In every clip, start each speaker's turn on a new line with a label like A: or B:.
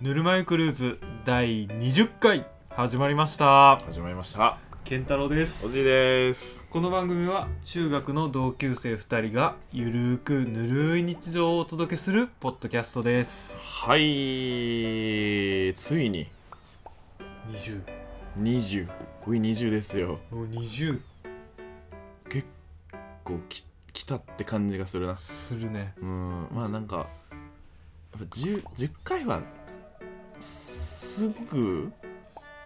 A: ぬるま湯クルーズ第20回始まりました
B: 始まりました
A: 健太郎で
B: お
A: す
B: じいです
A: この番組は中学の同級生2人がゆるーくぬるい日常をお届けするポッドキャストです
B: はいついに
A: 20
B: 20これ20ですよ
A: もう20
B: 結構き来たって感じがするな
A: するね
B: うんまあなんかやっぱ 10, 10回はすぐ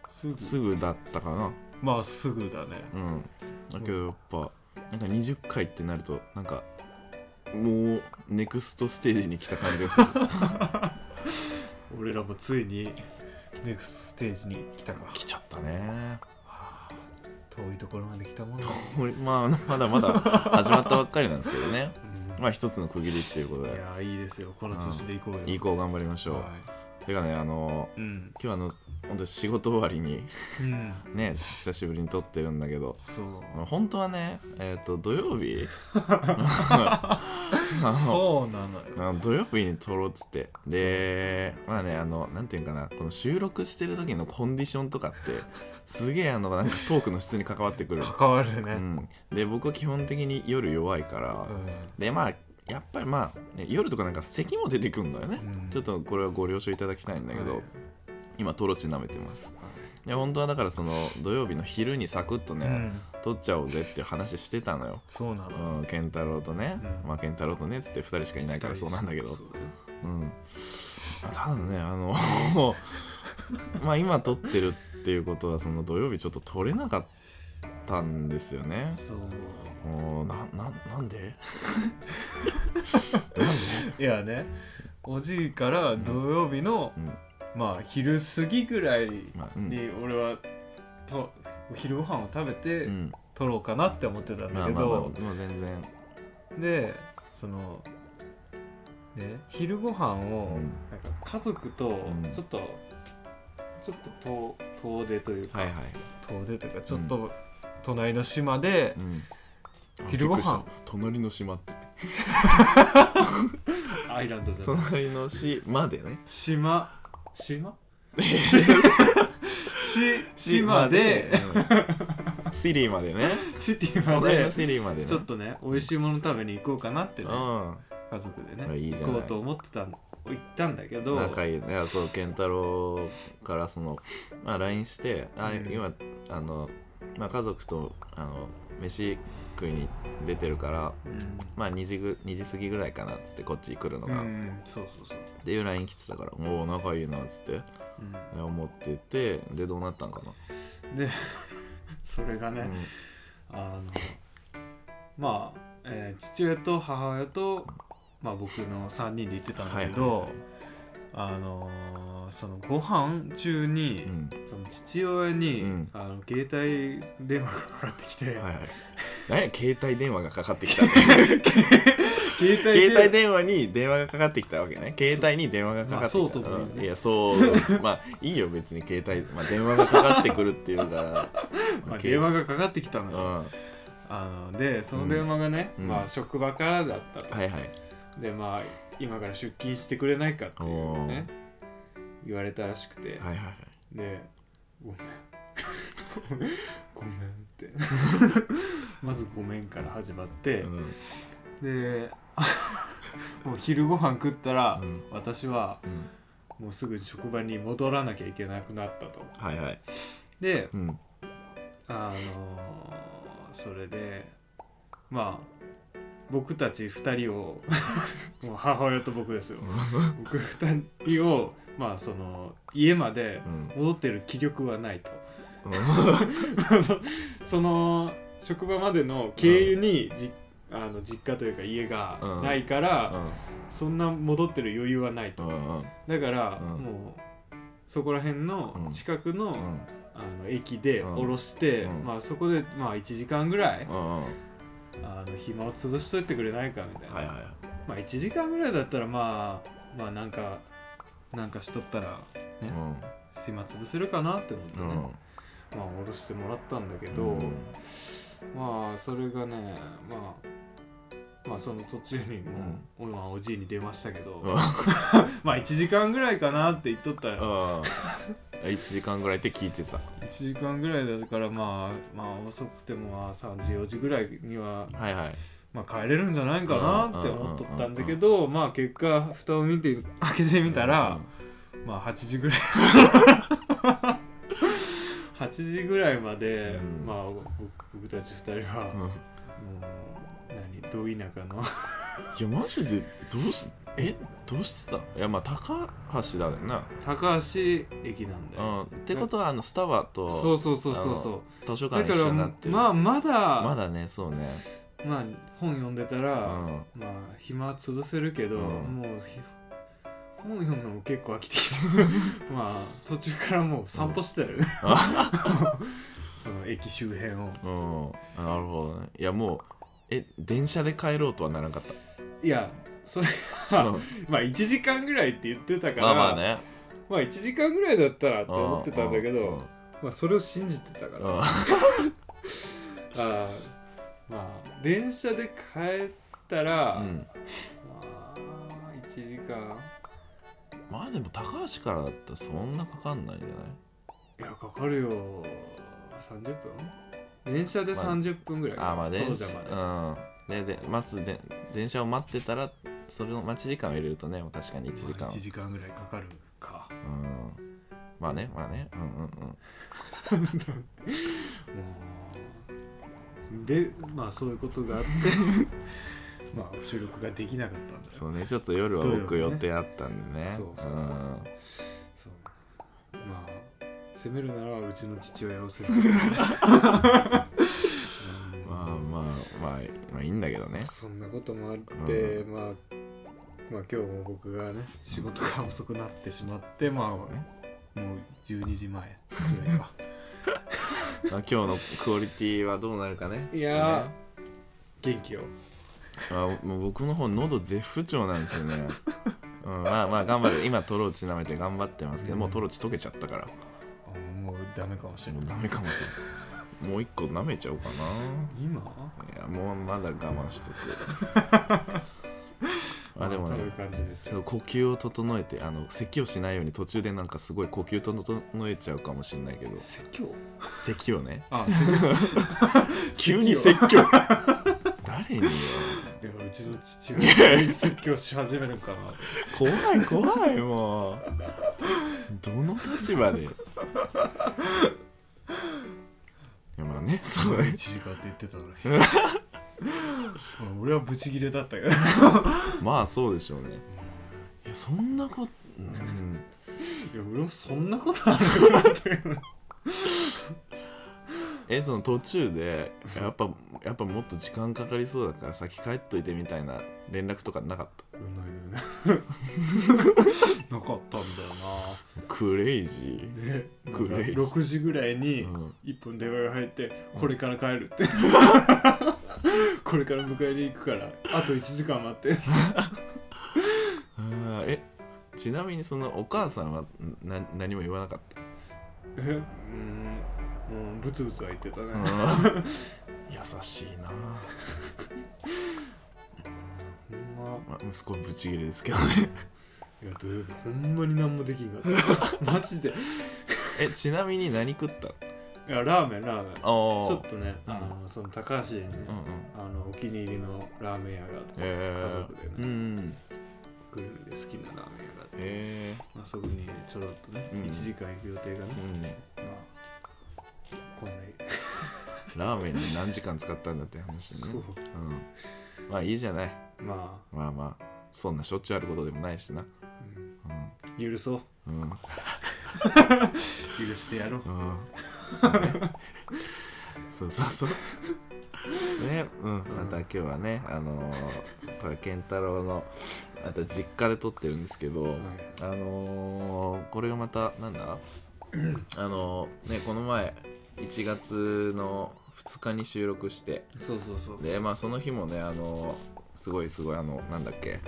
A: すぐ
B: すぐだったかな
A: まあすぐだね
B: うんだけどやっぱなんか20回ってなるとなんかもうネクストステージに来た感じがする
A: 俺らもついにネクストステージに来たか
B: 来ちゃったね
A: 遠いところまで来たもんだ、
B: これまあまだまだ始まったばっかりなんですけどね
A: う
B: まあ一つの区切りっていうこと
A: ん、い
B: で
A: やーいいですよこの調子で行こうよ、
B: 以降頑張りましょう、
A: は
B: てかねあの
A: いうん
B: 今日あの本当仕事終わりに
A: うん
B: ね久しぶりに撮ってるんだけど
A: そう
B: 本当はねえっ、と土 曜日あの
A: そうなのよ
B: あの土曜日に撮ろうっつってでまあねあのなんていうんかなこの収録してる時のコンディションとかってすげえあのなんかトークの質に関わってくる、
A: 関わるね、
B: うん、で僕は基本的に夜弱いから、でまあやっぱりまあ、ね、夜とかなんか咳も出てくるんだよね、
A: うん
B: ちょっとこれはご了承いただきたいんだけど、
A: はい
B: 今トロチ舐めてますいや本当はだからその土曜日の昼にサクッと
A: う
B: ね、
A: ん、
B: 取っちゃおうぜっていう話してたのよ、
A: そうなの、
B: うん、健太郎とね、
A: うん
B: まあ健太郎とねっつって2人しかいないからそうなんだけど
A: そう
B: うん、ただねあの まあ今撮ってるっていうことはその土曜日ちょっと撮れなかったんですよね
A: そう
B: もうなななん で
A: いやねおじいから土曜日の、
B: うん
A: まあ昼過ぎぐらい
B: まあうん
A: に俺はとお昼ご飯を食べて
B: うん
A: 撮ろうかなって思ってたんだ
B: まあ
A: け
B: まあまあも
A: ど
B: う全然
A: でそのね昼ご飯を
B: うん
A: なんか家族と
B: ん
A: ちょっと、ちょっと遠遠出というか、
B: はいはい、
A: 遠出というかちょっと隣の島で、
B: うん、
A: 昼ご飯
B: びっくりした隣の島って
A: アイランドじゃない
B: 隣の島でね
A: 島 島し島で
B: うんシリーまでね
A: シティま
B: 隣
A: で
B: のシリーまでね
A: ちょっとね美味しいもの食べに行こうかなって
B: う
A: ね
B: ん
A: 家族で
B: あ
A: ね
B: いいじゃ
A: 行
B: ない
A: こうと思ってたん行ったんだけど
B: 仲いいねいやそう健太郎からその、まあ、LINE してあ
A: うん
B: 今あの、まあ、家族とあの飯食いに出てるから、
A: うん
B: まあ、2, 時ぐ2時過ぎぐらいかなっつってこっち来るの
A: う
B: が、っ
A: んそうそうそう
B: ていう LINE 来てたから「おお仲いいな」っつって
A: うん
B: 思っててでどうなったんか
A: でそれが
B: な、
A: ねあのまあえー父親と母親とまあ僕の3人で行ってたんだけどあのーそのご飯中に、
B: うん、
A: その父親に、
B: うん
A: あの携帯電話がかかってきて、
B: うん、はいはい何や携帯電話がかかって きたね
A: 携帯
B: 携帯
A: で
B: 電話に電話がかかってきたわけね携帯に電話がかかってきた
A: そうまあそうとも言うね
B: んいやそうまあいいよ別に携帯、まあ、電話がかかってくるっていうから、
A: まあ、
B: 携
A: 電話がかかってきたの
B: う
A: よ、
B: んは
A: あのでその電話がね、
B: うん
A: まあ、職場からだった
B: い
A: と、
B: はい
A: でまあ今から出勤してくれないかっていうのをね言われたらしくて、
B: はいはいはい
A: でごめんごめん って まず「ごめん」から始まって、
B: うん
A: でもう昼ご飯食ったら、
B: うん
A: 私は
B: うん
A: もうすぐ職場に戻らなきゃいけなくなったと
B: はいはい
A: で
B: うん
A: あのーそれでまあ僕たち2人 をもう母親と僕ですよ僕2人をまあその家まで
B: うん
A: 戻ってる気力はないと
B: うん
A: その職場までの経由にじ、あの実家というか家がないから、そんな戻ってる余裕はないと、
B: うんうん
A: だから、
B: うん
A: もうそこら辺
B: う
A: の
B: ん
A: 近くの、
B: うん
A: あの駅で
B: うん
A: 降ろして、
B: うん
A: まあ、そこでまあ1時間ぐらい、
B: うんうん
A: あの暇を潰しといてくれないかみたいな、
B: はいはいはい
A: まあ、1時間ぐらいだったらまあまあなんかなんかしとったら
B: うん
A: 暇潰せるかなって思って
B: う
A: ね、
B: ん
A: まあ降ろしてもらったんだけど、
B: うん
A: まあそれがねまあまあその途中にもう、今おじいに出ましたけど、
B: うん
A: まあ1時間ぐらいかなって言っとったよ
B: 1時間ぐらいって聞いてた
A: 1時間ぐらいだからまあまあ遅くてもまあ3時4時ぐらいには
B: はいはい
A: まあ帰れるんじゃないかなって思っとったんだけどまあ結果蓋を見て開けてみたら、まあ8時ぐらい 8時ぐらいまで、
B: うん
A: まあ僕僕たち2人は、
B: うん
A: も
B: うんいう
A: 何ど田舎の
B: やマジでどうしえどうしてたいやまあ高橋だよな、
A: 高橋駅なんだ
B: う
A: よ、
B: ん、ってことはあのスタバと
A: そうそうそうそうそう
B: 図書
A: だ
B: 館
A: か
B: 一緒
A: ら
B: になってる
A: まあまだ
B: まだねそうね
A: まあ本読んでた
B: う
A: ら、
B: ん
A: まあ暇潰せるけど、
B: うん
A: もうひ本読むのも結構飽きてきて まあ途中からもう散歩してたよ、ね その駅周辺を
B: うんなるほどねいやもうえ電車で帰ろうとはならなかっ
A: いやそれ
B: た、
A: は、
B: うん
A: まあ1時間ぐらいって言ってたから
B: まあまあね
A: まあ1時間ぐらいだったらって思ってたんだけど、
B: うんうん
A: まあ、それを信じてたから、
B: うん
A: ああまあ電車で帰ったら、
B: うん
A: まあ1時間
B: まあでも高橋からだったらそんなかかんないんじゃない
A: いやかかるよ30分電車で
B: まあ
A: 30分ぐらいかな、
B: あーまあ電
A: そうじ
B: 車
A: ゃまで、
B: うんでで待つで電車を待ってたらそれの待ち時間を入れるとね確かに1時間
A: まあ1時間ぐらいかかるかも
B: うんまあねまあねうんうん
A: うでまあそういうこと があってまあ収録ができなかったんだよ
B: うんそうねちょっと夜は
A: 土
B: 僕
A: 曜
B: 予
A: 日ね
B: 定あったんでね
A: そうそうそうそうまあ責めるならうちの父親を責めてください
B: ん
A: うん
B: まあまあまあまあいいんだけどね
A: そんなこともあって、まあまあ今日も僕がね仕事が遅くなってしまってまあ
B: そうね
A: もう12時前ぐ らいか
B: まあ今日のクオリティはどうなるかね
A: い
B: ちょっ
A: や
B: とね
A: ー元気よ
B: あもう僕の方喉絶不調なんですよねうん、まあまあ頑張る今トローチ舐めて頑張ってますけど、もうトローチ溶けちゃったから
A: あもうダメかもしれ
B: も
A: な
B: う
A: い
B: ダメかもしれないもう一個舐めちゃおうか
A: 今
B: ないやもうまだ我慢しと くあでも
A: そういう
B: ね
A: 感じです
B: ちょっと呼吸を整えてあの咳をしないように途中でなんかすごい呼吸整えちゃうかもしれないけど
A: 説教
B: 咳をね
A: あ説
B: 急に説 教誰によ
A: 教いやうちの父親に説教し始める かな
B: 怖い怖いもうどの立場で いやまあねそう
A: 1時間って言ってたのに 俺はブチギレだったけど
B: まあそうでしょうねいやそんなこと、うん、
A: いや俺もそんなことあるのかなって
B: えその途中でやっぱやっぱもっと時間かかりそうだから先帰っといてみたいな連絡とかなかっ
A: うまいのよねなかったんだよ
B: たクレイジ
A: なで
B: クレイジー
A: なんか6時ぐらいに
B: ー、うん
A: 1本電話が入って「これから帰る」って これから迎えに行くからあと1時間待って
B: あーえちなみにそのお母さんはな何も言わなかっ
A: えうんうんブツブツは言ってたね、
B: た、うん 優しいなあ
A: ほんま
B: まあ、息子はブチギレですけど ね
A: いや土曜日ほんまに何もできんかった マジで
B: えちなみに何食った
A: いやラーメンラーメンち
B: あー
A: ょっとね、あのその高橋にね、
B: うんうん
A: あのお気に入りのラーメン屋があって、
B: え
A: 家
B: ー
A: 族でね、
B: うん
A: グルメで好きなラーメン屋があって
B: え
A: まあ、そこにちょろっとね、
B: うん
A: 1時間行く予定がね
B: ー、うん
A: まあこんなに
B: ラーメンに何時間使ったんだって話ねうん、まあいいじゃない
A: ま
B: まあまあそんなしょっちゅうあることでもないしな
A: あ、うん許そう
B: うんうん、
A: 許してやろう
B: うん、そうそうそうねうんまた今日はねあのー、これ健太郎のまた実家で撮ってるんですけど、あのー、これがまたなんだあのー、ねこの前1月の2日に収録して
A: そうそうそうそう
B: でまあその日もねあのーすごいすごいあのなんだっけ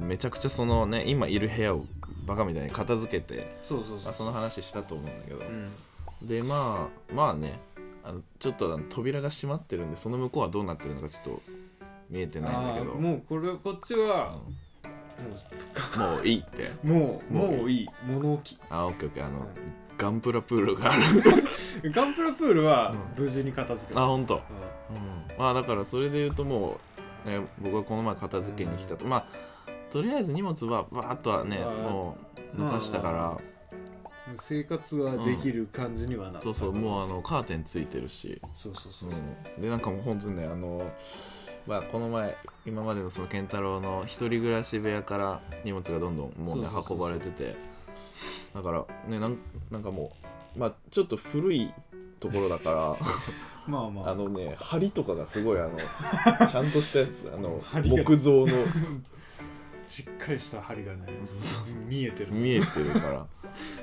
A: うん
B: めちゃくちゃそのね今いる部屋をバカみたいに片付けて、
A: そうそうそ
B: まあ、
A: う
B: その話したと思うんだけど、
A: うん
B: でまあまあねあのちょっとあの扉が閉まってるんでその向こうはどうなってるのかちょっと見えてないんだ
A: あ
B: け
A: ー
B: ど
A: もうこれこっちは
B: うん
A: もう使
B: もういいって
A: うもう
B: もう
A: もういい物置
B: あオッケーオッケーあの、
A: はい
B: ガンプラプールがある
A: ガンプラプールは
B: う
A: 無事に片付け
B: あ
A: た、
B: 本当。
A: うん
B: うん、まあだからそれで言うともう、ね、僕はこの前片付けに来たとまあとりあえず荷物はバーッとはね
A: まあ
B: もう抜かしたから、
A: ま生活はできる感じにはなった、
B: そうそうもうあのカーテンついてるし、
A: そうそうそうそう、
B: うん、でなんかもう本当にねあのまあこの前今までのその健太郎の一人暮らし部屋から荷物がどんどんもうね
A: そうそうそうそう
B: 運ばれててだからねなんなんかもうまあちょっと古いところだ から
A: まあまあ
B: あのね梁とかがすごいあ のちゃんとしたやつあの
A: 梁が
B: 木造の
A: しっかりした針がね
B: そうそう
A: 見えてる
B: 見えてるから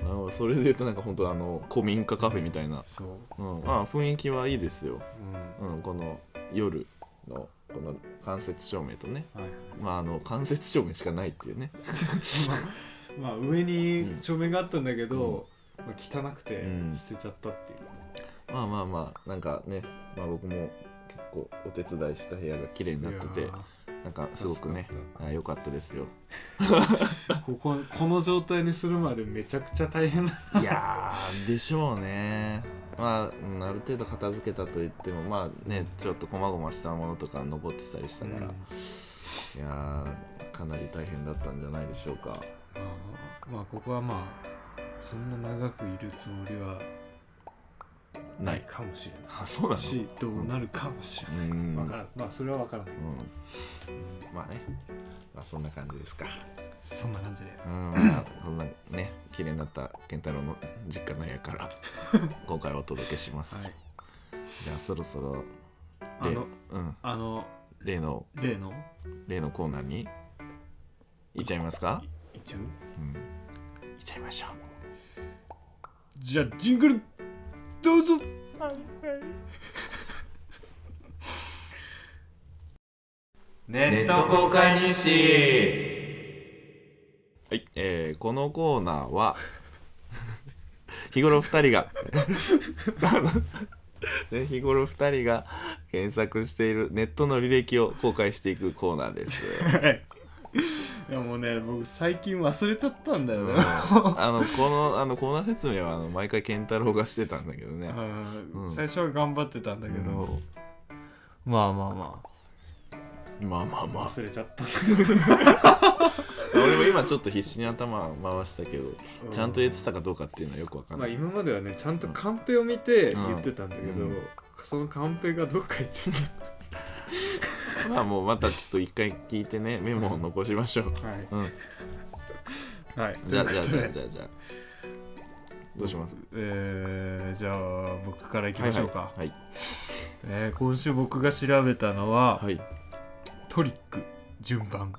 B: あのそれで言うとなんか本当あの古民家カフェみたいな、
A: そう、
B: うん、まあ雰囲気はいいですよ、
A: うん
B: うん、この夜のこの間接照明とね
A: はい、
B: まああの間接照明しかないっていうね、
A: まあ、まあ上に照明があったんだけど、まあ、汚くて
B: うん
A: 捨てちゃったっていう、
B: まあまあまあなんかね、まあ、僕も結構お手伝いした部屋が綺麗になって
A: い
B: て
A: や
B: なんかすごくね
A: 助か
B: あ良かったですよ
A: ーこここの状態にするまでめちゃくちゃ大変だ
B: いやーでしょうねまあうんある程度片付けたといってもまあねちょっと細々したものとか残ってたりしたから、
A: うん
B: いやーかなり大変だったんじゃないでしょうか
A: まあ、まあここはまあそんな長くいるつもりはないかもしれな
B: あそうないの
A: しどうなるかもしれない、
B: うん
A: わからんまあそれは分からない
B: うんまあね、まあ、そんな感じですか
A: そんな感じで
B: うん、まあ、こんなね綺麗になった健太郎の実家の部屋から 今回お届けします、
A: はい
B: じゃあそろそろ
A: あの
B: うん、
A: あの
B: 例の
A: 例の
B: 例のコーナーにいっちゃいますか
A: いっちゃう
B: うん、いっちゃいましょう
A: じゃあジングルどうぞ
B: ネット公開日誌はい、えー、このコーナーは 日頃二人が ね日頃二人が検索しているネットの履歴を公開していくコーナー です。
A: いやもうね僕最近忘れちゃったんだよね、
B: あのこのあのコーナー説明はあの毎回健太郎がしてたんだけどね。
A: うん
B: うん
A: 最初は頑張ってたんだけど、まあまあま
B: まあまあま
A: あ
B: あ
A: 忘れちゃった
B: 俺も今ちょっと必死に頭回したけど、 ちゃんと言ってたかどうかっていうのはよくわかん
A: ま
B: な
A: あ
B: い、
A: 今まではねちゃんとカンペを見て
B: うん
A: 言ってたんだけど、
B: うん
A: そのカンペがどっか行って
B: まあもうまたちょっと一回聞いてねメモを残しましょう
A: たはい
B: うん
A: はい
B: じゃあ
A: とい
B: じ
A: う
B: ゃあ
A: こ
B: じ
A: とで
B: ゃあじゃあじゃあどうします
A: えー、じゃあ僕からいきましょうか、
B: はい
A: えー今週僕が調べたのは、
B: はい、はい、
A: トリック順番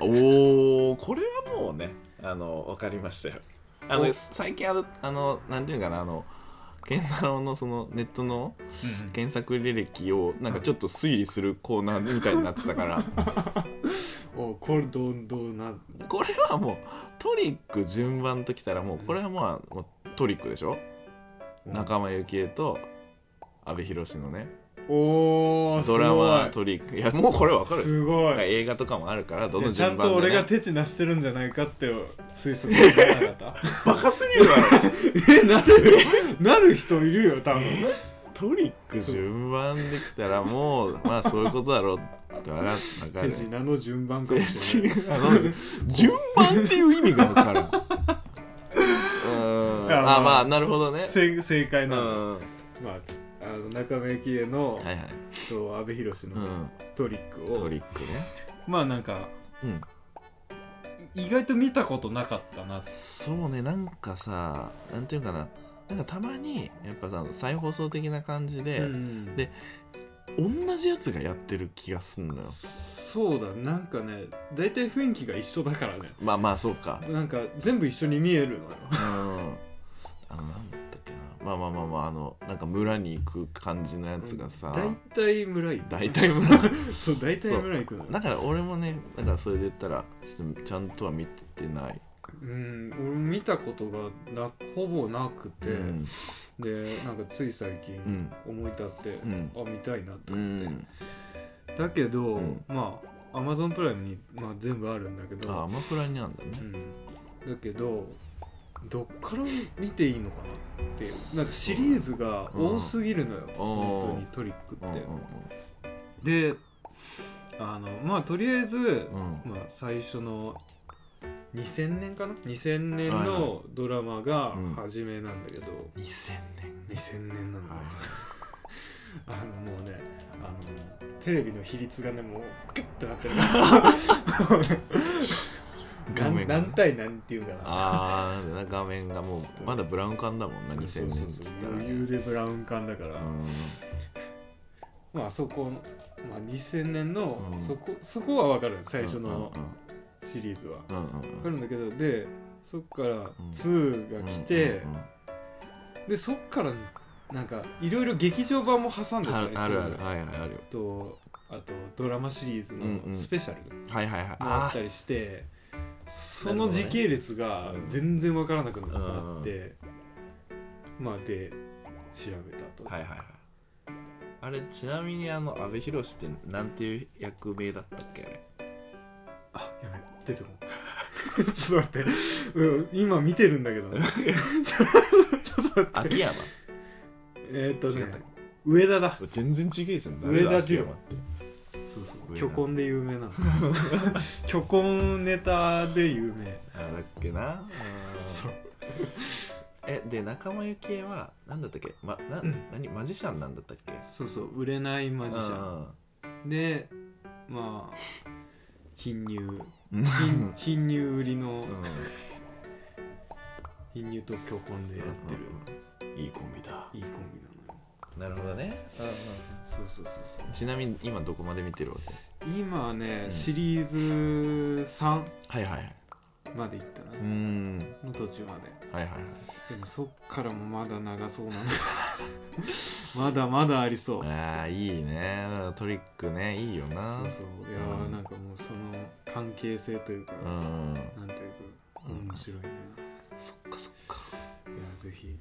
B: おおこれはもうねあのわかりましたよあの
A: お
B: 最近あのあのなんていうかなあの健太郎のそのネットの検索履歴をなんかちょっと推理するコーナーみたいになってたから
A: おこれどんどんなん
B: これはもうトリック順番ときたらもうこれはまあもうトリックでしょ仲間由紀恵と阿部寛のね
A: おー
B: ドラマ
A: す
B: トリックいやもうこれわ
A: ご
B: か
A: い
B: る
A: すご
B: なんか
A: い
B: 映画とかもあるからど
A: い
B: の
A: やちゃん
B: 順番
A: と
B: で、
A: 俺
B: ね、
A: が手品してるんじゃないかって推測できな かった
B: バカすぎるわ
A: えなる よなる人いるよ多分
B: トリック順番できたらもうまあそういうことだろうってわか分か
A: 手
B: る
A: 品の順番かもしれない
B: 手品あの順番っていう意味がわかるうーん
A: いやまあ
B: あまあなるほどね
A: 正正
B: う
A: 解
B: ん
A: なの、
B: は
A: まあ、あの中目幸恵の
B: いはい、
A: と阿部寛
B: う
A: の
B: ん、
A: トリックを、
B: トリックね
A: まあなんか
B: うん
A: 意外と見たことなかったなって
B: そうねなんかさなんていうかななんかたまにやっぱさ再放送的な感じで、
A: ん
B: で同じやつがやってる気がすんのよ
A: そうだなんかね大体雰囲気が一緒だからね
B: まあまあそうか
A: なんか全部一緒に見えるのよ
B: うんあのなんだっけなまあまあまあまああのなんか村に行く感じのやつがさ
A: 大体村行く
B: 大体村
A: そう大体村行くのよ
B: だから俺もねだからそれで言ったらちょっとちゃんとは見てない、
A: うん俺も見たことがなほぼなくて、
B: うん
A: でなんかつい最近
B: うん
A: 思い立って、
B: ん
A: あ見たいなと
B: う
A: 思って、
B: ん
A: だけど、
B: うん
A: まあアマゾンプライムに、まあ、全部あるんだけ
B: あ
A: ど、
B: アマプラにあるんだね
A: うん、だけどどっから見ていいのかなっていうなんかシリーズが多すぎるのよ、本当にトリック
B: うん
A: っ
B: うん
A: て、であのまあとりあえず、
B: うんうん
A: まあ、最初の2000年かな2000年
B: はいは
A: のドラマが
B: うん
A: 初めなんだけど、
B: 2000年
A: 2000年なのよ、
B: はい
A: あのもうねあのテレビの比率がねもうグッとな ってる
B: 画面
A: な
B: が
A: ん何対何っていうかな
B: ああ画面がもうまだブラウン管だもんな
A: そうそ
B: 2000年
A: う
B: っ
A: そう
B: つったら
A: 余裕でブラウン管だから、
B: うん
A: まああそこの、まあ、2000年の、
B: うん
A: そこそこは分かる最初のシリーズは、
B: うんうんうん
A: 分かるんだけどでそっから
B: ん
A: 2が来て、
B: うんうんうん
A: でそっからなんかいろいろ劇場版も挟んで
B: あ
A: た
B: る
A: り
B: あ
A: するの
B: るあ
A: よ
B: るはいはいあるよ
A: とあとドラマシリーズ
B: うんう
A: の
B: ん
A: スペシャル
B: はいはいはい
A: もあっ
B: あ
A: たりして、その時系列が
B: なるほどね
A: 全然わからなくなって、まあで調べたと、
B: ーはいはいはいあれちなみにあの阿部寛ってなんていう役名だったっけあ れ
A: あやべ出てこない ちょっと待って、うん今見てるんだけ どちょっと待って
B: 秋山
A: えーっと
B: 違
A: ね
B: ったっ
A: 上田だ
B: け全然違えじゃ
A: 上
B: ん
A: 田二郎
B: 誰だ秋山って
A: そうそ
B: 上
A: う
B: 田
A: 虚婚で有名な の虚婚ネタで有名
B: あーだっけなうん
A: そう
B: えで仲間由紀恵は何だったっけ、ま、な何マジシャンなんだったっけ
A: そうそう売れないマジシャ
B: ン
A: ンでまあ貧 乳
B: うん
A: 貧貧乳売りの
B: うん
A: 貧乳と虚婚でやってる
B: いいコンビだ
A: いいコンビなのよ
B: なるほどね
A: そうそうそうそう
B: ちなみに今どこまで見てるわけ
A: 今はね、
B: うん
A: シリーズ3
B: はいはいはい
A: までいったな
B: うー、ん
A: の途中まで
B: はいはいはい
A: でもそっからもまだ長そうなの まだまだありそう
B: あーいいねトリックねいいよな
A: そうそういやー、
B: うん
A: なんかもうその関係性というか、
B: うん
A: なんというか面白いな、
B: そっかそっか
A: いやぜひ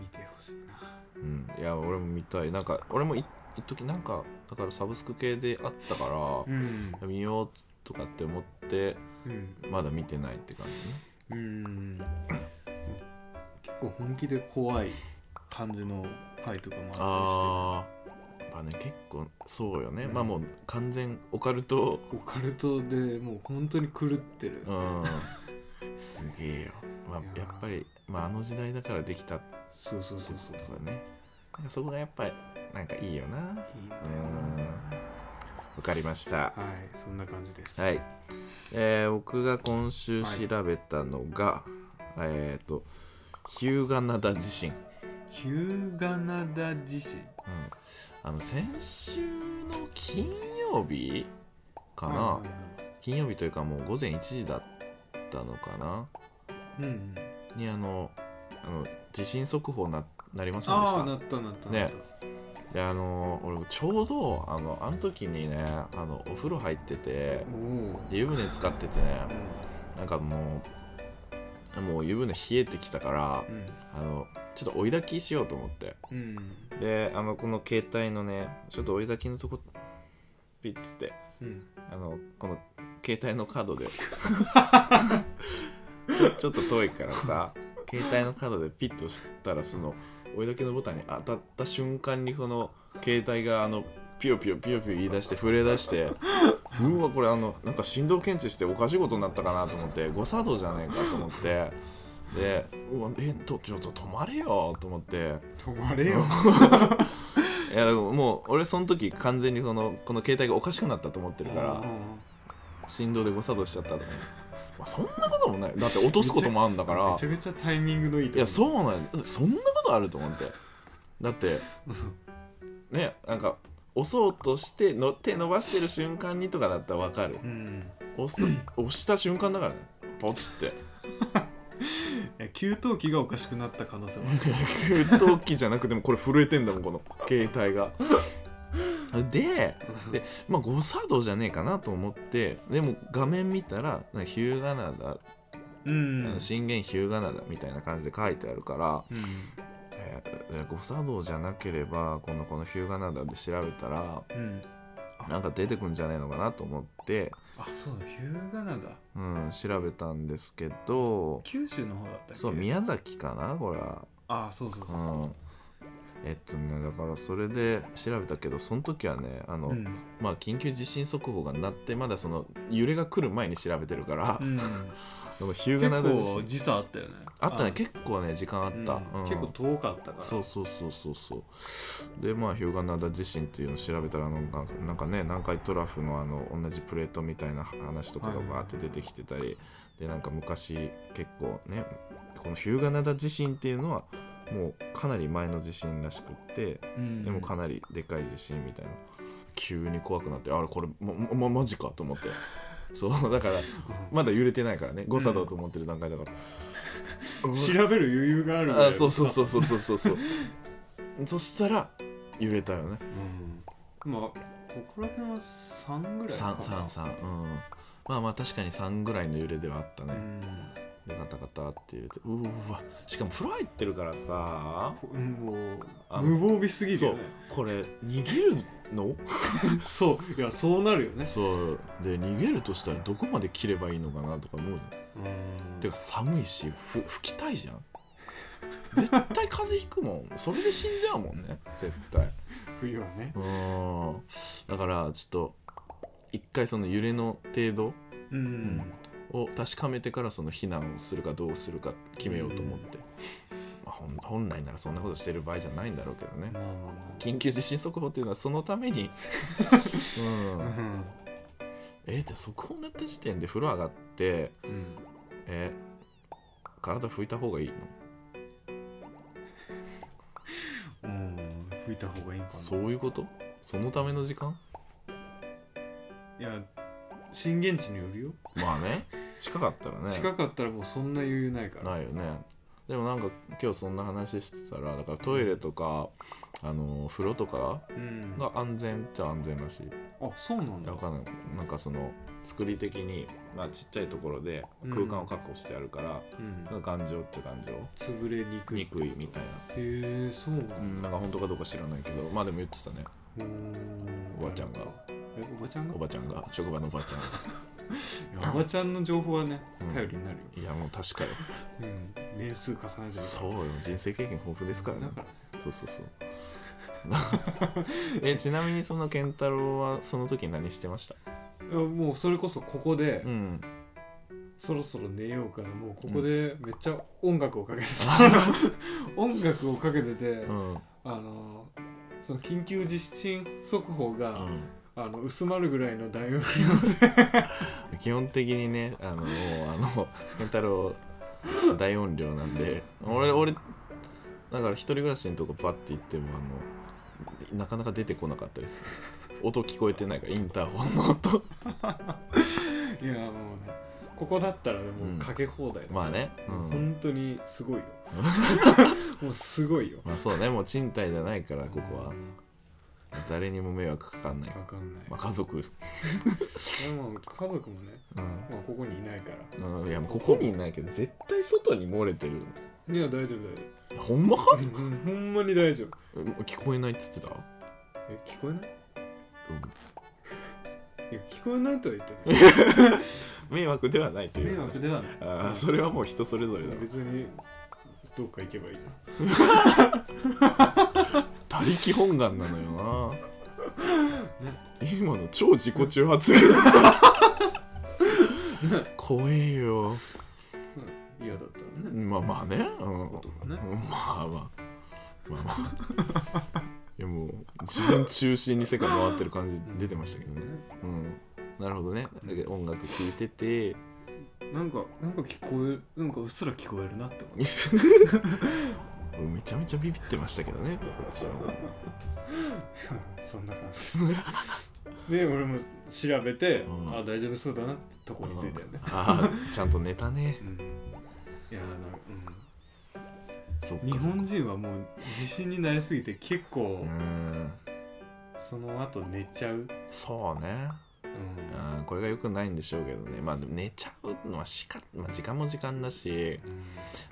A: 見てほしいな
B: うんいや俺も見たいなんか俺もい一時なんかだからサブスク系であったか
A: うん
B: ら見ようとかって思って
A: うん
B: まだ見てないって感じね
A: うん結構本気で怖い感じの回とかもあっ
B: ああまあね結構そうよね、
A: うん
B: まあもう完全オカル
A: た
B: ト
A: りしてオカルトでもう本当に狂ってる、
B: うんすげえよ、ま
A: いや
B: あ、
A: ー
B: やっぱり、まあ、あの時代だからできたって
A: そうそう
B: こ
A: そうそう
B: と
A: そう
B: だねなんかそこがやっぱりなんかいいよない
A: いね
B: うんわかりました
A: はいそんな感じです
B: はいえー僕が今週
A: はい
B: 調べたのが、えっ、と日向灘地震、
A: 日向灘地震
B: うんあの先週の金曜日かな、
A: はい
B: 金曜日というかもう午前1時だったのかな
A: はいはいうん
B: にあのあの地震速報ななりませんでし
A: ああ
B: た
A: ーなったなったなった、
B: ねであの俺ちょうどあのあの時にねあのお風呂入ってて
A: おお
B: で湯船使っててねなんかもうもう湯船冷えてきたから
A: うん
B: あのちょっと追い炊きしようと思って
A: うん
B: であのこの携帯のねちょっと追い炊きのとこピッつって
A: うん
B: あのこの携帯のカードで ちょちょっと遠いからさ携帯のカードでピッと押したらその追いだけのボタンに当たった瞬間にその携帯があのピヨピヨピヨピヨ言い出して震え出してうわこれあのなんか振動検知しておかしいことになったかなと思って誤作動じゃねえかと思ってでうわえとちょっと止まれよと思って
A: 止まれよ
B: いやでももう俺その時完全にそのこの携帯がおかしくなったと思ってるから。振動で誤作動しちゃったとかね、まあ、そんなこともないだって落とすこともあるんだ
A: だ
B: か
A: めちゃ
B: ら
A: めちゃタイミングのいいとこ
B: いやそうなんだってそんなことあると思ってだってねなんか押そうとしての手伸ばしてる瞬間にとかだったら分かる
A: うん
B: 押す押した瞬間だからねポチって
A: いや給湯器がおかしくなった可能性もある
B: 給湯器じゃなくてもこれ震えてんだもんこの携帯がで で、まあ、誤作動じゃねえかなと思ってでも画面見たらなんか日向灘
A: うん
B: あの震源日向灘みたいな感じで書いてあるから、
A: うん
B: えー誤作動じゃなければこのこの日向灘で調べたら
A: うん
B: なんか出てくんじゃねえのかなと思って、
A: あそうだ日向なんだ
B: うん、調べたんですけど
A: 九州の方だったっけ
B: そう宮崎かなこれは、
A: あそうそうそううそ
B: ん、えっとねだからそれで調べたけどその時はねあの、
A: ううん
B: まあ、緊急地震速報が鳴ってまだその揺れが来る前に調べてるから、
A: うん
B: でも日向
A: 結
B: 灘地
A: 構
B: 震
A: 時差あったよね
B: あったね結構ね時間あ
A: あ
B: った、
A: うん
B: うん
A: 結構遠かったから
B: そうそうそうそうそうでまあ日向灘地震っていうのを調べたらあのなんかなんかね南海トラフのあの同じプレートみたいな話とかが
A: はいはい
B: バーって出てきてたり、でなんか昔結構ねこの日向灘地震っていうのはもうかなり前の地震らしくって
A: うん
B: でもかなりでかい地震みたいな急に怖くなってあれこれまままマジかと思ってそうだからまだ揺れてないからね誤差だと思ってる段階だから、うわ
A: 調べる余裕がある
B: あそうそう
A: う、
B: そうそうそうそうそう そしたら揺れたよね
A: うん、まあここら辺は3ぐらいかな
B: 333うんまあまあ確かに3ぐらいの揺れではあった
A: う
B: ね、
A: ん
B: でガタガタって揺れてうーわしかも風呂入ってるからさ
A: こもう
B: あの
A: 無防備すぎるよね
B: そうこれ逃げるの
A: そういやそうなるよね
B: そうで逃げるとしたらどこまで切ればいいのかなとか思うじゃん
A: うん
B: てか寒いしふ吹きたいじゃん絶対風邪ひくもんそれで死んじゃうもんね絶対
A: 冬はね
B: うんだからちょっと一回その揺れの程度
A: うん、
B: を確かめてからその避難をするかどうするか決めようと思って、まあ、本本来ならそんなことしてる場合じゃないんだろうけどね
A: まあまあまあ
B: 緊急地震速報っていうのはそのために、うんえじゃあ速報になった時点で風呂上がって
A: うん、うん、
B: え体拭いた方がいいの
A: うん吹いた方がいいんかな
B: そういうことそのための時間
A: いや震源地によるよ、
B: まあね近かったら ね
A: 近かったらもうそんな余裕ないから
B: ないよねでもなんか今日そんな話してたらだからトイレとかあの風呂とか
A: うん
B: が安全っちゃ安全らしい
A: あそうなん
B: い
A: だ
B: やわかんないなんかその作り的に、まあ、ちっちゃいところで空間を確保してあるから、
A: うん
B: なんか頑丈って頑丈
A: 潰れにくい
B: にくいみたい
A: へえそうなんだ
B: な、うん、なんか本当かどうか知らないけどまあでも言ってたね
A: うーん
B: おばちゃんが
A: えおばちゃんが
B: おばちゃんが職場のおばちゃんが
A: いやおばちゃんの情報はね
B: うん
A: 頼りになるよ、
B: いやもう確かよ
A: うん、年数重ねたら
B: そうよ人生経験豊富ですからね
A: だから
B: そうそう そうえちなみにその健太郎はその時何してました
A: いやもうそれこそここで、
B: うん
A: そろそろ寝ようからもうここでめっちゃ音楽をか けてた、音楽をかけてて、
B: うん
A: あのその緊急地震速報が、
B: うん
A: あの薄まるぐらいの大音量
B: 基本的にねあのもうあの 健太郎大音量なんで俺俺だから一人暮らしのとこパッて行ってもあのなかなか出てこなかったです音聞こえてないからインターホンの音
A: い やもうねここだったらねもうかけ放題だ、
B: まあね、う、
A: もうん本当にす ごいよもうすごいよ
B: まあそうねもう賃貸じゃないからここは
A: う
B: 誰にも迷惑かかんなんい、
A: かかんない、
B: まあ、家族、
A: でも家族もね、
B: う
A: まあ、ここにいないから
B: んうん、いやもうここにいないけど絶対外に漏れてる
A: いや大丈夫
B: ほんまか
A: 大丈夫うんほんまに大丈夫
B: うん聞こえないっつってた、
A: え聞こえない
B: うん
A: いや聞こえないとは言ってない
B: 迷惑ではないという
A: 迷惑ではない
B: ああそれはもう人それぞれだろ
A: 別にどっか行けばいいじゃ
B: 他力本願なのよな、
A: ね
B: 今の超自己中発言でしょ怖えよ
A: ん嫌だったらね
B: まあまあね、うん
A: 音がね
B: まあまあまあまあいやもう自分中心に世界回ってる感じ出てましたけどね、うん、なるほどねだけど音楽聴い てて
A: なんかなんか聞こえなんかうっすら聞こえるなって思って
B: 俺めちゃめちゃビビってましたけどねこっちはもう
A: そんな感 じで俺も調べて、
B: うん
A: あ大丈夫そうだなってとこについたよね、
B: ああちゃんと寝たね
A: うんいやなんか、
B: そっ
A: う
B: か
A: ん、日本人はもう自信になりすぎて結構、
B: うん
A: その後寝ちゃう、
B: そうね
A: うん
B: うんこれが良くないんでしょうけどねまあでも寝ちゃうのはしか、まあ、時間も時間だし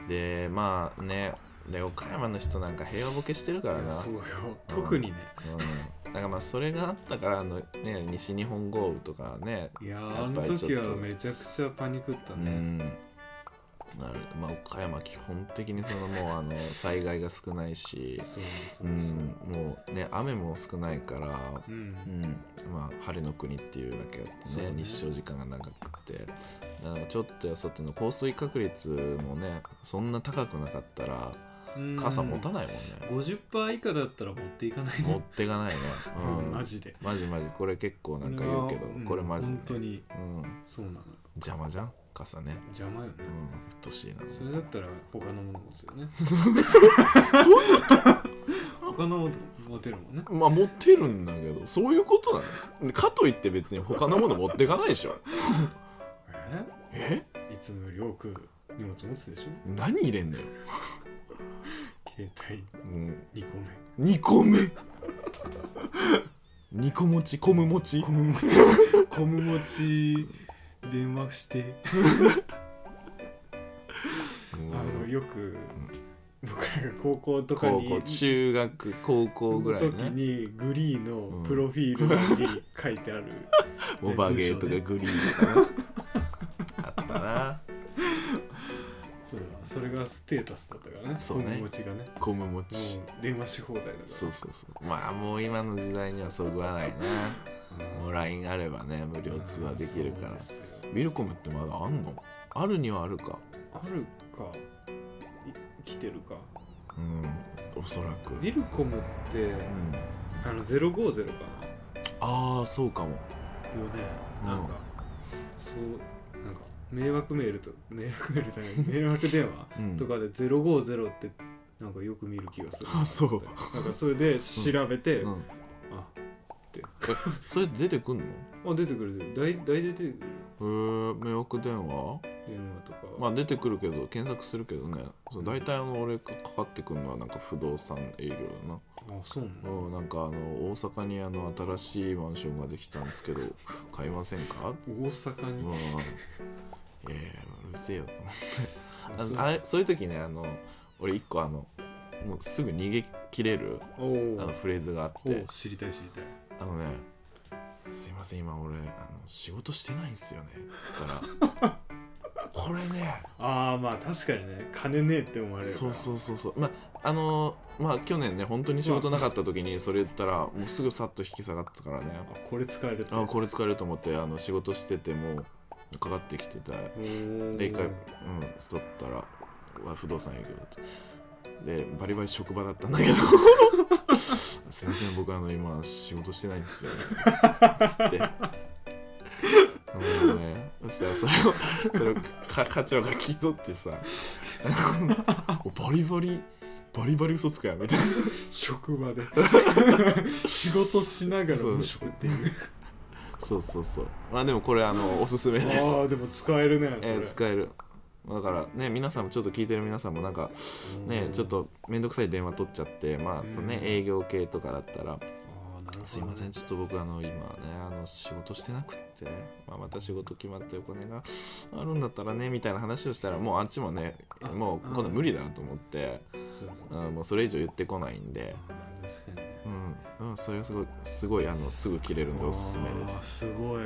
B: でまあねで岡山の人なんか平和ボケしてるから
A: いや
B: な
A: そうよ特にね、
B: うんなんかまあそれがあったからあの、ね、西日本豪雨とかね
A: いやー
B: や
A: あ
B: っぱ
A: の
B: りちょっ
A: 時
B: と
A: はめちゃくちゃパニクった
B: う
A: ね、
B: んなるまあ、岡山基本的にそのもうあの災害が少ないし、
A: そうそううそ
B: ん
A: う、
B: もうね雨も少ないから、
A: うん、
B: うんまあ、晴れの国っていうだけあって
A: そう
B: ね
A: ね
B: 日照時間が長くてだからちょっとやそっとの降水確率もねそんな高くなかったら
A: うん
B: 傘持たないもんね、
A: 50%以下だったら持っていかない
B: 持っ
A: ね、
B: てかないね、うん、
A: マジで
B: マジマジこれ結構なんか言うけど
A: うん
B: これマジ、ね
A: 本当に
B: うん、
A: そうなの
B: 邪魔じゃん傘ね
A: 邪魔よね、
B: うんうっとうしいな
A: それだったら他のもの持つよね 他のもの持てるもんね
B: まあ持ってるんだけどそういうことなのかといって別に他のもの持ってかないでしょえ
A: えいつもより多く荷物持つでしょ
B: 何入れんだよ、
A: 携
B: うん、
A: 帯2個目
B: 2個目2個持ちコム持ち
A: コム持ち コム持ち電話して
B: うん
A: あのよく僕らが高校とか
B: 高
A: に
B: 校中学高校ぐらい
A: の時
B: ね
A: にグリーの
B: うん
A: プロフィールに書いてあ る
B: オバゲーとかグリーンとかねあったな
A: そうだそれがステータスだったからね
B: そうね
A: コム持ちがね
B: コム持ち、
A: もう電話し放題だから
B: そうそうそうまあもう今の時代にはそぐわないなもう LINE あればね無料通話できるか
A: そ
B: ら
A: うですよ
B: ウィルコムってまだあんのあるにはあるか
A: あるかい来てるか
B: うんおそらく
A: ウィルコムって
B: うん
A: あの050か
B: ああそうかも
A: なよね
B: うん
A: なんか、そうなんか迷惑メールと迷惑メールじゃない迷惑電話
B: うん
A: とかで050ってなんかよく見る気が する
B: あそう
A: なんかそれで調べて、
B: うん
A: あ
B: それ出てくんの
A: あ出てくる出てくる大大出てくるよ
B: へえ迷惑電話
A: 電話とか、
B: まあ出てくるけど検索するけどねそう大体あの俺がかかってくるのはなんか不動産営業だな
A: あそうなの
B: うんなんかあの大阪にあの新しいマンションができたんですけど 買いませんか
A: 大阪に、
B: うん、いやいやうるせえよと思
A: あ
B: って
A: そう
B: あのあれそういう時ねあの俺一個あのもうすぐ逃げ切れる
A: お
B: あの
A: ー
B: フレーズがあっ
A: お
B: て
A: ー知りたい知りたい
B: あのね「すいません今俺あの仕事してないんすよね」っつったら これね
A: ああまあ確かにね金ねえって思われるから
B: そうそうそうそうまああのまあ去年ね本当に仕事なかった時にそれ言ったらもうすぐさっと引き下がったからね
A: あこれ使えるって
B: あこれ使えると思ってあの仕事しててもかかってきてたで
A: で
B: 一回、うん、取ったらうわ不動産営業だとでバリバリ職場だったんだけど すいません僕あの今仕事してないんですよつってもうねそしたらそれをそれをか課長が聞いとってさ おバリバリバリバリ嘘つくやんみたいな
A: 職場 で仕事しながら無職って いう
B: そうそうそうまあでもこれあのおすすめです
A: ああでも使えるねそれ、
B: えー使えるだからね皆さんもちょっと聞いてる皆さんもなんかねちょっと面倒くさい電話取っちゃってまあそのね
A: うん
B: 営業系とかだったら
A: あーなるほどね
B: 「すいませんちょっと僕あの今ねあの仕事してなくって、まあ、また仕事決まってお金があるんだったらね」みたいな話をしたらもうあっちもね
A: あ
B: もう
A: うん
B: 今度無理だと思って、
A: そうそう
B: うん、もうそれ以上言ってこないんで
A: あ。ー確かにね
B: うん、うん、それはすごいすごいあのすぐ切れるんでおすすめです
A: あーすごい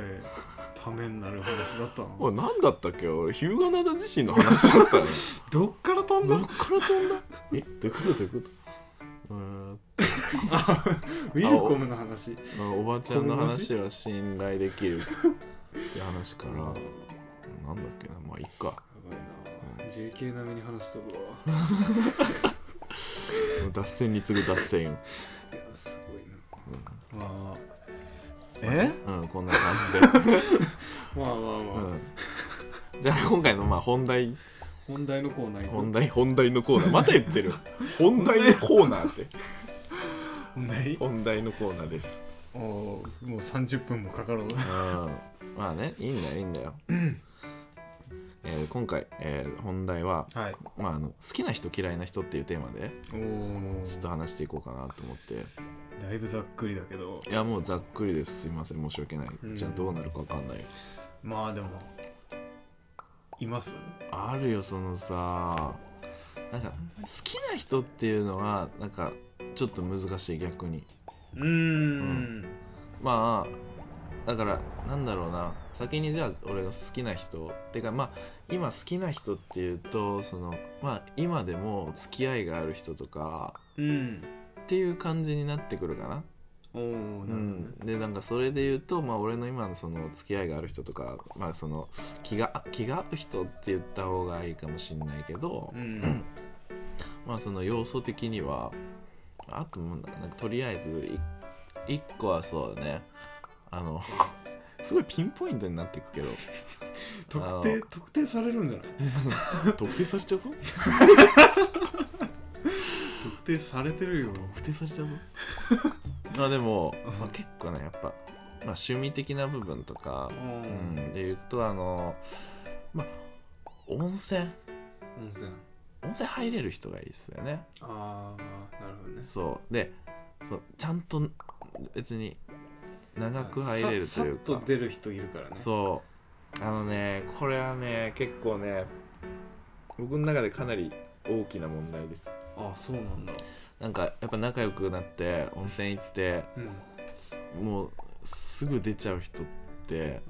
A: ためになる話だった
B: お
A: の
B: い何だったっけ俺日向灘自身の話だ ったよね
A: どっから飛ん
B: ど
A: だ
B: っから飛んだえどういうことどういうことうーん
A: ウィルコムの話
B: まあ、おばちゃんの話は信頼できるって話からなんだっけなまあいっか
A: やばいな JK 並みに話しとくわ
B: もう脱線に次ぐ脱線よ、
A: いやすごいなまあ
B: えうんこんな感じで、
A: まあまあ
B: う
A: まあ、
B: ん、じゃあ今回のまあ本題
A: 本題のコーナー行こう
B: 本題本題のコーナーまた言ってる本題のコーナーって
A: 本題
B: 本題のコーナーです
A: おもう30分もかかろう
B: うんまあねいいんだよいいんだよ、えー今回、えー本題は、
A: はい
B: まあ、あの好きな人嫌いな人っていうテーマで
A: おお
B: ちょっと話していこうかなと思って
A: だいぶざっくりだけど
B: いやもうざっくりですすいません申し訳ない、
A: うん
B: じゃあどうなるかわかんない
A: まあでもいます
B: あるよそのさなんか好きな人っていうのはなんかちょっと難しい逆に
A: うーん
B: まあだからなんだろうな先にじゃあ俺が好きな人ってかまあ今好きな人っていうとそのまあ今でも付き合いがある人とか
A: うん
B: っていう感じになってくるかな。
A: おおな
B: う
A: るほど
B: ん、でなんかそれで言うと、まあ、俺の今のその付き合いがある人とか、まあ、その気が気が合う人って言った方がいいかもしんないけど、
A: うん
B: まあその要素的にはあともうなんかとりあえずい一個はそうだねあの すごいピンポイントになっていくけど
A: 特定特定されるんじゃない
B: 特定されちゃうぞ
A: 特定されてるよ
B: 特定されちゃうぞまあでも、まあ、結構ねやっぱ、まあ、趣味的な部分とか、
A: う
B: うんん、でいうとあのまあ温泉
A: 温泉
B: 温泉入れる人がいいですよね
A: ああなるほどね
B: そうでそうちゃんと別に長く入れるというか
A: ささっと出る人いるからね
B: そうあのねこれはね結構ね僕の中でかなり大きな問題です
A: あそうなんだ
B: なんかやっぱ仲良くなって温泉行って
A: うん
B: もうすぐ出ちゃう人って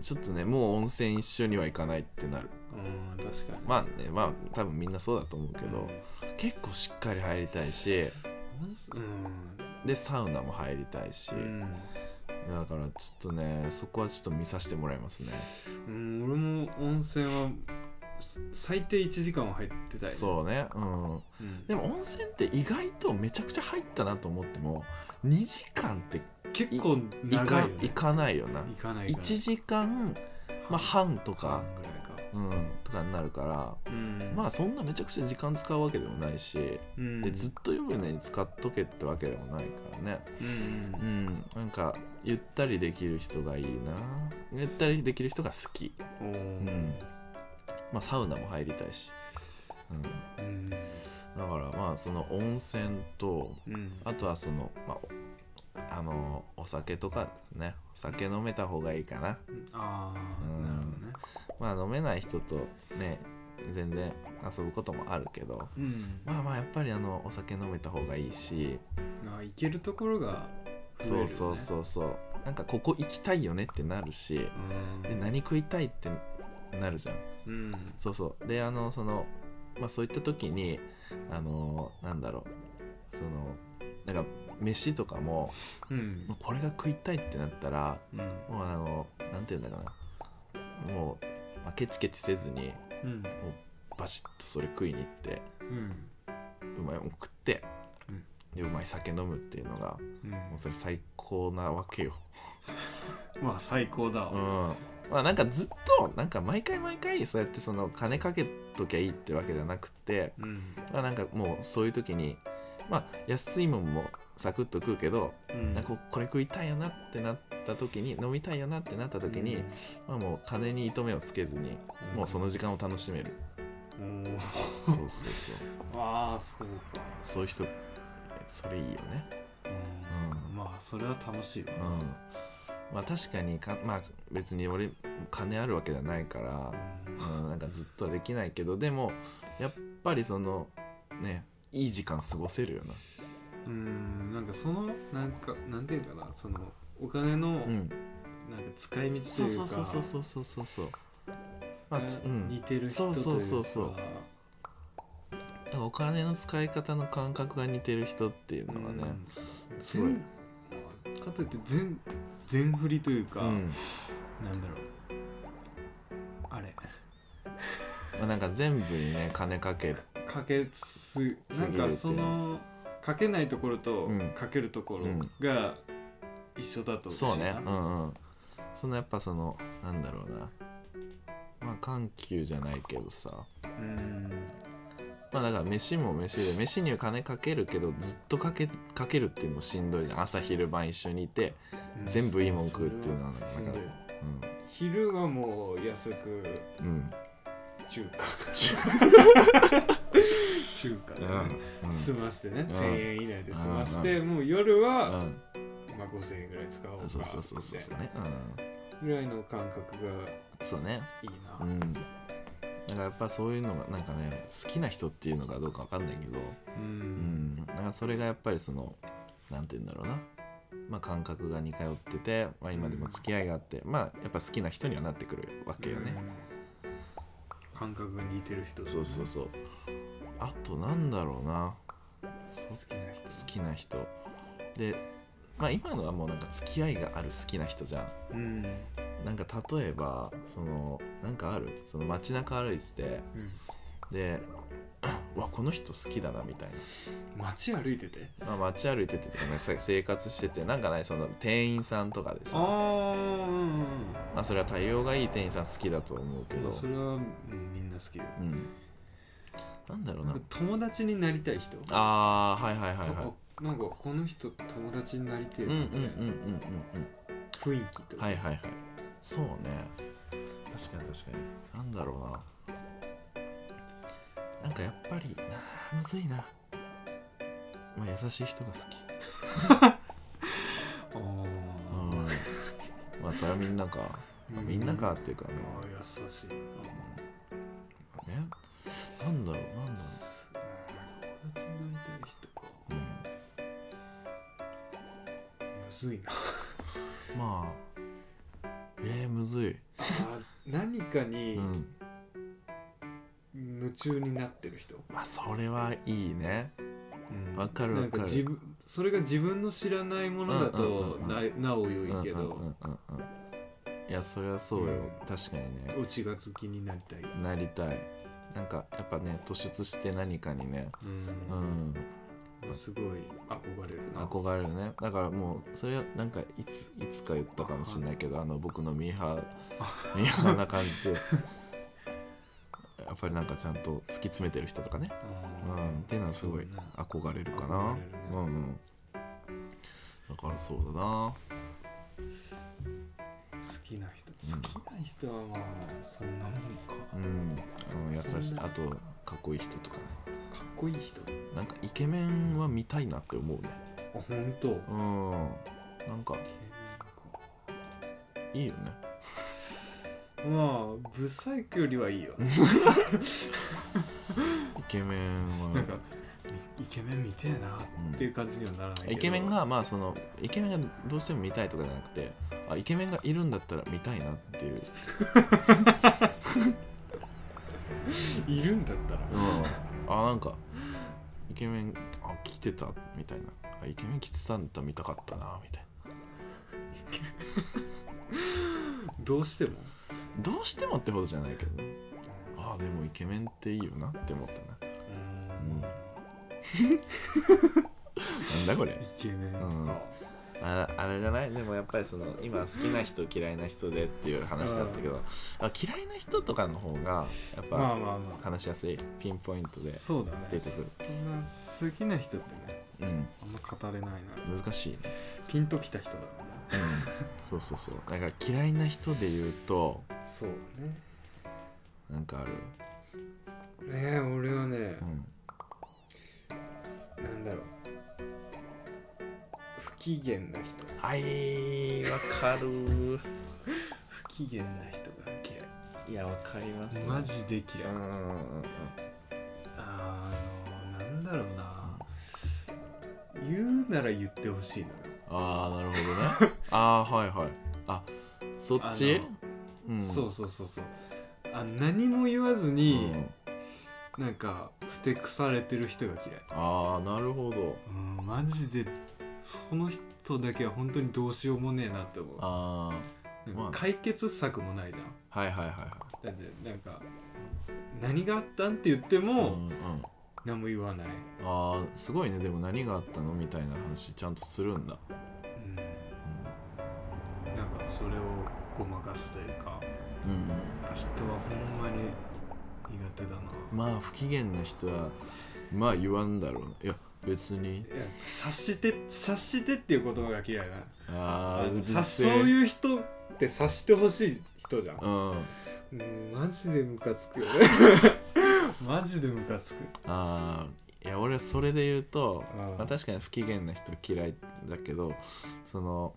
A: う
B: ちょっとねもう温泉一緒には行かないってなる
A: ん、うん、確かに
B: まあねまあ多分みんなそうだと思うけど結構しっかり入りたいし
A: うん
B: でサウナも入りたいし
A: うん、
B: だからちょっとねそこはちょっと見させてもらいますね
A: うん、俺も温泉はす最低1時間は入ってたい
B: そうねうん
A: う、ん、
B: でも温泉って意外とめちゃくちゃ入ったなと思っても2時間って
A: 結構
B: いか,、
A: 長いよ、ね、
B: いかないよな
A: 行かない
B: 1時間、まあ、半とか、
A: ぐらいか
B: うん、とかになるから
A: うん
B: まあそんなめちゃくちゃ時間使うわけでもないし
A: うん
B: でずっと湯船に使っとけってわけでもないからね
A: うんうん
B: うんなんかゆったりできる人がいいなゆったりできる人が好き
A: おー
B: うんまあサウナも入りたいし、うん、だ
A: うん
B: からまあその温泉と
A: うん
B: あとはその、まあ、おあのお酒とかですねお酒飲めた方がいいかな、
A: ああ
B: うん
A: なるほどね
B: まあ、飲めない人とね全然遊ぶこともあるけど
A: うん
B: まあまあやっぱりあのお酒飲めた方がいいし
A: まあ行けるところが増える
B: そ
A: よ、ね、
B: うそう
A: う
B: そうそうなんかここ行きたいよねってなるし
A: ん
B: で何食いたいってなるじゃん
A: うん
B: そうそうであのそのまあそういった時にあのなんだろうそのなんか飯とかも
A: うん
B: もうこれが食いたいってなったら
A: うん
B: もうあのなんて言うんだかなもう、まあケチケチせずにも
A: うん
B: うバシッとそれ食いに行って
A: うん
B: うまいもん食って、
A: うん
B: でうまい酒飲むっていうのがもうそれ最高なわけよ。
A: まあ最高だ
B: うん
A: わ
B: まあ、なんかずっとなんか毎回毎回そうやってその金かけときゃいいってわけじゃなくて、
A: うん
B: まあ、なんかもうそういう時に、まあ、安いもんもサクッと食うけど
A: うん
B: なんかここれ食いたいよなってなった時に飲みたいよなってなった時に、まあ、もう金に糸目をつけずに
A: うん
B: もうその時間を楽しめる、
A: うんおー
B: そうそうそう
A: ああそうか
B: そういう人それいいよね
A: うん
B: うん
A: まあそれは楽しいわ
B: うんまあ確かにかまあ別に俺金あるわけじゃないから、うん、なんかずっとはできないけどでもやっぱりそのねいい時間過ごせるよな
A: うんなんかそのなんかなんていうかなそのお金のなん
B: う
A: か
B: ん
A: 使い道というか
B: そうそうそうそうそうそうそうそうまあつ
A: う
B: う
A: ん
B: ん
A: 似てる人というか
B: そうそうそうそうなんかお金の使い方の感覚が似てる人っていうのはね、
A: うん
B: すごい
A: 全かといって全全振りというか、
B: うん
A: なんだろうあれ
B: まあ、なんか全部にね金かけ
A: かけす
B: す
A: な
B: ぎるっ
A: ん
B: ていう
A: かそのかけないところと
B: うん
A: かけるところが一緒だと
B: そうね
A: 嬉しい
B: うん
A: な
B: うんそのやっぱそのなんだろうなまあ緩急じゃないけどさ
A: うん
B: まあだから飯も飯で飯には金かけるけどずっとかけかけるっていうのもしんどいじゃん朝昼晩一緒にいて、
A: うん
B: 全部いいもん食うっていうのはね
A: それしんどい
B: うん
A: 昼はもう安く
B: うん
A: 中華中華
B: う
A: で
B: んうん
A: ね済ませてね
B: うん
A: 1000円以内で済ませてもう夜は
B: うん
A: まあ5000円ぐらい使おうか
B: そうそうそうそうそうねうん
A: ぐらいの感覚が
B: そうね
A: いいな
B: うんなんかやっぱそういうのがなんかね好きな人っていうのかどうかわかんないけど
A: う
B: うんんなんかそれがやっぱりそのなんて言うんだろうな、まあ、感覚が似通ってて、まあ、今でも付き合いがあって、まあやっぱ好きな人にはなってくるわけよね、
A: うん感覚が似てる人
B: そうそうそうあとなんだろうな
A: 好きな人
B: 好きな人で、まあ、今のはもうなんか付き合いがある好きな人じゃん
A: うん、うん
B: なんか例えばそのなんかあるその街中歩いててで うわこの人好きだなみたい
A: 街歩いてて
B: な、まあ、街歩いててとかねさ生活しててなんかないその店員さんとかで
A: あ
B: さ
A: あうんうん
B: まあ、それは対応がいい店員さん好きだと思うけ
A: うん
B: ど
A: まあそれは、うんみんな好きよ
B: うんなんだろう
A: な
B: なん
A: か友達になりたい人
B: ああはいはいはいは
A: とかなんかこの人と友達になりて
B: い
A: え
B: うんうん
A: な
B: う
A: み
B: ん
A: た
B: う
A: い
B: ん
A: な
B: うんうん
A: 雰囲気とか、
B: はいはいはいそうね確かに確かになんだろうななんかやっぱりなむずいな、まあ、優しい人が好き
A: あ
B: う
A: ー
B: んまあそれはみんなか、まあみんなかっていうかね,、
A: あー優しいな
B: ねなんだろうなんだろ
A: す友達になりたい人か
B: う、うん
A: むずい な
B: まあえー、むずい、
A: あー何かに
B: うん、
A: 夢中になってる人
B: まあそれはいいね
A: うん
B: わかる
A: な
B: わ
A: ん
B: か
A: か
B: る
A: 自分それが自分の知らないものだと
B: うんうんうん
A: ななお良いけ
B: うんうん
A: ど
B: うんうんいやそれはそう
A: う
B: よ、
A: ん
B: 確かにね
A: オチが好きになりたい
B: なりたいなんかやっぱね突出して何かにね
A: うん
B: うん
A: すごい憧れるな
B: 憧れるねだからもうそれはなんかいついつか言ったかもしれないけどあの僕のミーハ ーミーハーな感じでやっぱりなんかちゃんと突き詰めてる人とかねう
A: あ
B: ん、っていうのはすごい
A: そうね
B: 憧れるか
A: 憧
B: な
A: れるね
B: うんうんだからそうだな
A: ー好きな人好きな人はまあそんなもんか
B: う
A: か
B: んあの優し
A: そ
B: い
A: んな
B: あとかっこいい人とかね
A: っこいい人
B: なんかイケメンは見たいなって思うね
A: あ本当イケメ
B: うんなんかいいよね
A: ンかまあブサイクよりはいいよ
B: イケメンは
A: なんかイケメン見てえなっていう感じにはならないけど
B: イケメンがまあそのイケメンがどうしても見たいとかじゃなくてあイケメンがいるんだったら見たいなっていう、
A: いるんだったら
B: うん、あなんかイケメンあ来てたみたいなあイケメン来てたんだったら見たかったなみたい
A: どうしても
B: などうしてもってほどじゃないけどねあでもイケメンっていいよなって思ったな
A: うん
B: なんだこれ
A: イケメンか、
B: うんああれじゃないでもやっぱりその今好きな人嫌いな人でっていう話だったけど、あ嫌いな人とかの方がやっ
A: まあ
B: ぱ
A: まあまあ
B: 話しやすいピンポイントで、
A: そうだね
B: 出てくる
A: そんな好きな人ってね
B: うん、
A: あんま語れないな
B: 難しいね、
A: ピンときた人だもん
B: うん、そうそうそうだから嫌いな人で言うと
A: なそうね
B: なんかある、
A: ねえ俺はね
B: う、ん、
A: なんだろう不機嫌な人
B: はいわかる
A: 不機嫌な人が嫌い
B: いやわかりま
A: マジで
B: う
A: 嫌い、
B: んうんうんうん
A: あのなんだろうな言うなら言ってほしいのよ
B: ああなるほど ねああはいはいあそっちうん
A: そうそうそうそうあ何も言わず
B: う
A: に、
B: ん
A: なんかふてくされてる人が嫌い
B: ああなるほど
A: うんマジでその人だけは本当にどうしようもねえなって思う
B: あ
A: なん
B: まあ
A: か解決策もないじゃん
B: あはいはいはいはい
A: だってなんか何があったんって言っても、
B: んうん、
A: 何も言わない、
B: あーすごいねでも何があったのみたいな話ちゃんとするんだ、
A: うん、なんかそれをごまかすというか
B: うん
A: 人はほんまに苦手だな
B: まあ不機嫌な人はまあ言わんだろうないや別に
A: いや察して察してっていう言葉が嫌いな
B: ああうる
A: 察
B: せ
A: そう
B: え
A: いう人って察してほしい人じゃん
B: うんあ
A: うんマジでムカつく よねマジでムカつく
B: あーいや俺はそれで言うと、
A: うん
B: まあ、確かに不機嫌な人嫌いだけどその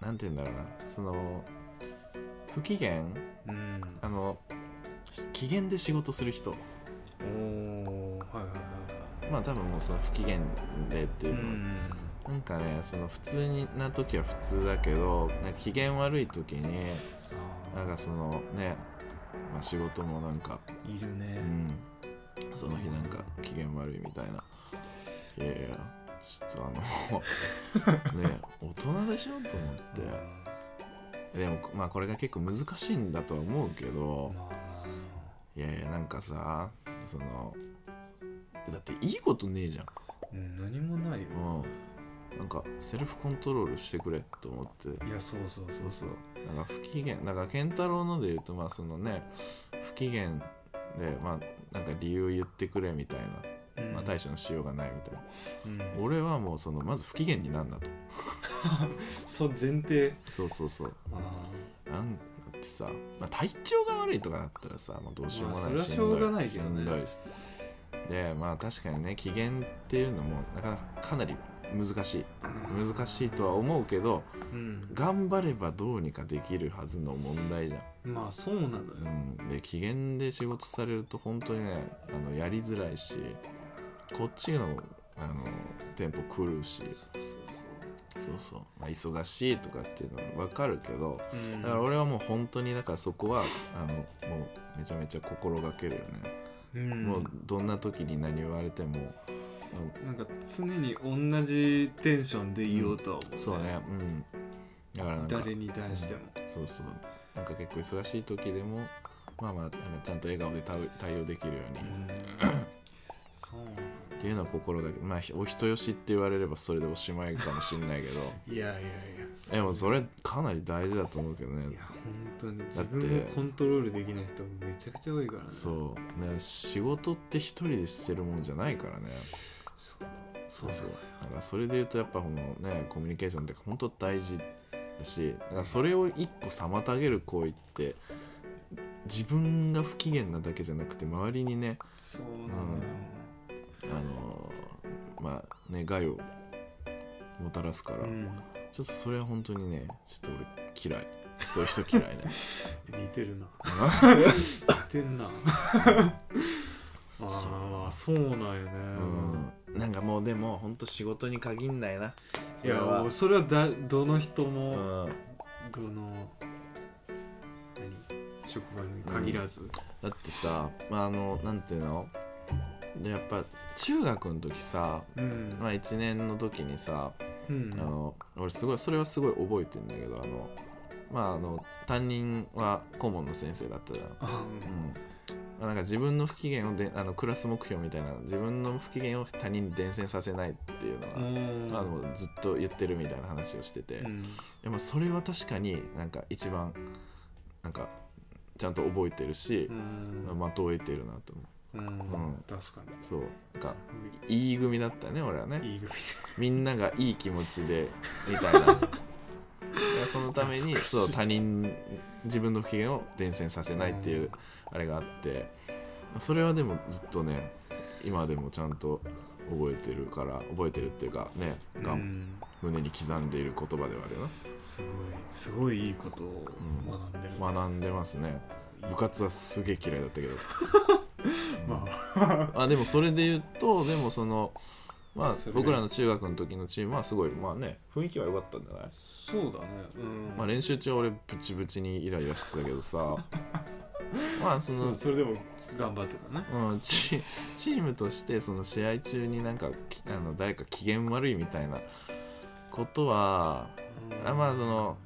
B: なんて言うんだろうなその不機嫌
A: うん
B: あの機嫌で仕事する人
A: おーはいはいはいはい
B: まあ多分もうその不機嫌でっていううんのはなんかねその普通にな時は普通だけどなんか機嫌悪い時になんかそのね、まあ、仕事もなんか、
A: いる
B: う
A: ね
B: ん、その日なんか機嫌悪いみたいないやいやちょっとあ のね大人でしょと思っ
A: うん
B: てでもまあこれが結構難しいんだとは思うけど
A: まあ
B: いやいやなんかさそのだっていいことねえじゃん
A: うん何もないよ
B: うん、なんかセルフコントロールしてくれと思って
A: いやそうそうそ
B: そううそうなんか不機嫌なんか健太郎ので言うとまあそのね不機嫌でまあなんか理由言ってくれみたいな、まあ、対処のしようがないみたいな、
A: うんうん
B: 俺はもうそのまず不機嫌になんなと
A: そう前提
B: そうそうそう
A: あ
B: なんだってさ、まあ、体調が悪いとかだったらさ、まあ、どうしようもない
A: まあそれはしょうがないけどね
B: しんどいしでまあ確かにね機嫌っていうのもなかなかかなり難しい
A: あ
B: 難しいとは思うけど
A: うん
B: 頑張ればどうにかできるはずの問題じゃ
A: まあそうなのよ
B: ん、うん、で機嫌で仕事されると本当にねあのやりづらいしこっちのあのテンポ狂うし
A: そうそう
B: そうそう、まあ、忙しいとかっていうのは分かるけど
A: そううん
B: だから俺はもう本当にだからそこはあのもうめちゃめちゃ心がけるよね、
A: うん
B: もうどんな時に何言われてももう
A: なんか常に同じテンションで言おうとは思う、
B: そうねうんだからなんか
A: 誰に対しても、
B: そうそうなんか結構忙しい時でもまあまあなんかちゃんと笑顔で対対応できるよう
A: う
B: に
A: ん、そうなの
B: っていうのは心がけまあひお人よしって言われればそれでおしまいかもしんな いけど
A: いやいやいや
B: でもそ
A: れ
B: れかなり大事だと思うけど
A: い
B: ね
A: や本当に自分をコントロールできない人めちゃくちゃ多いからね
B: そうね仕事って一人でしてるもんじゃないからね
A: そうそ
B: そううそうなんかそれで言うとやっぱこのねコミュニケーションって本当大事だしだからそれを一個妨げる行為って自分が不機嫌なだけじゃなくて周りにね
A: そうなのよ、
B: あのーまあね害をもたらすから、
A: うん
B: ちょっとそれは本当にねちょっと俺嫌いそういう人嫌いね
A: 似て るな似てんなあ
B: そう
A: あそうなんよね、
B: うんなんかもうでも本当仕事に限んないない
A: やそれはだどの人
B: う
A: も、
B: ん、
A: どの何職場に限らず、
B: だってさ、まあ、あのなんていうのでやっぱ中学の時さ、
A: うん
B: まあ、1年の時にさ
A: うん
B: あの俺すごいそれはすごい覚えてんだけどあのまああの担任は顧問の先生だったじゃん
A: あ
B: うんまあ、なんか自分の不機嫌をであのクラス目標みたいな自分の不機嫌を他人に伝染させないっていうのが、
A: うん
B: まあ、もうずっと言ってるみたいな話をしてて、
A: うん
B: でもそれは確かになんか一番なんかちゃんと覚えてるし
A: う、ん
B: まとえてるなと思
A: うん
B: うん
A: 確かに
B: うそうなんか
A: す
B: いい組だったね俺は
A: ご
B: ね
A: いいい組
B: みんながいい気持ちでみたいなだからそのため
A: 懐
B: に
A: かしい
B: そう他人自分の不機嫌を伝染させないっていう、あれがあってそれはでもずっとね今でもちゃんと覚えてるから覚えてるっていうかね
A: うん
B: が
A: うん
B: 胸に刻んでいる言葉ではある
A: すごいすごいいいことを学んでる、
B: よな学んでますね部活はすげえ嫌いだったけど
A: まあ
B: あでもそれで言うとでもそのまあ
A: それ
B: 僕らの中学の時のチームはすごいまあね雰囲気は良かったんじゃない、
A: そうだねうん
B: まあ、練習中は俺ブチブチにイライラしてたけど さまあそ
A: そ
B: の
A: うそれでも頑張ってたね
B: うん、チチームとしてその試合中になんかきあの誰か機嫌悪いみたいなことは
A: うん
B: あまあその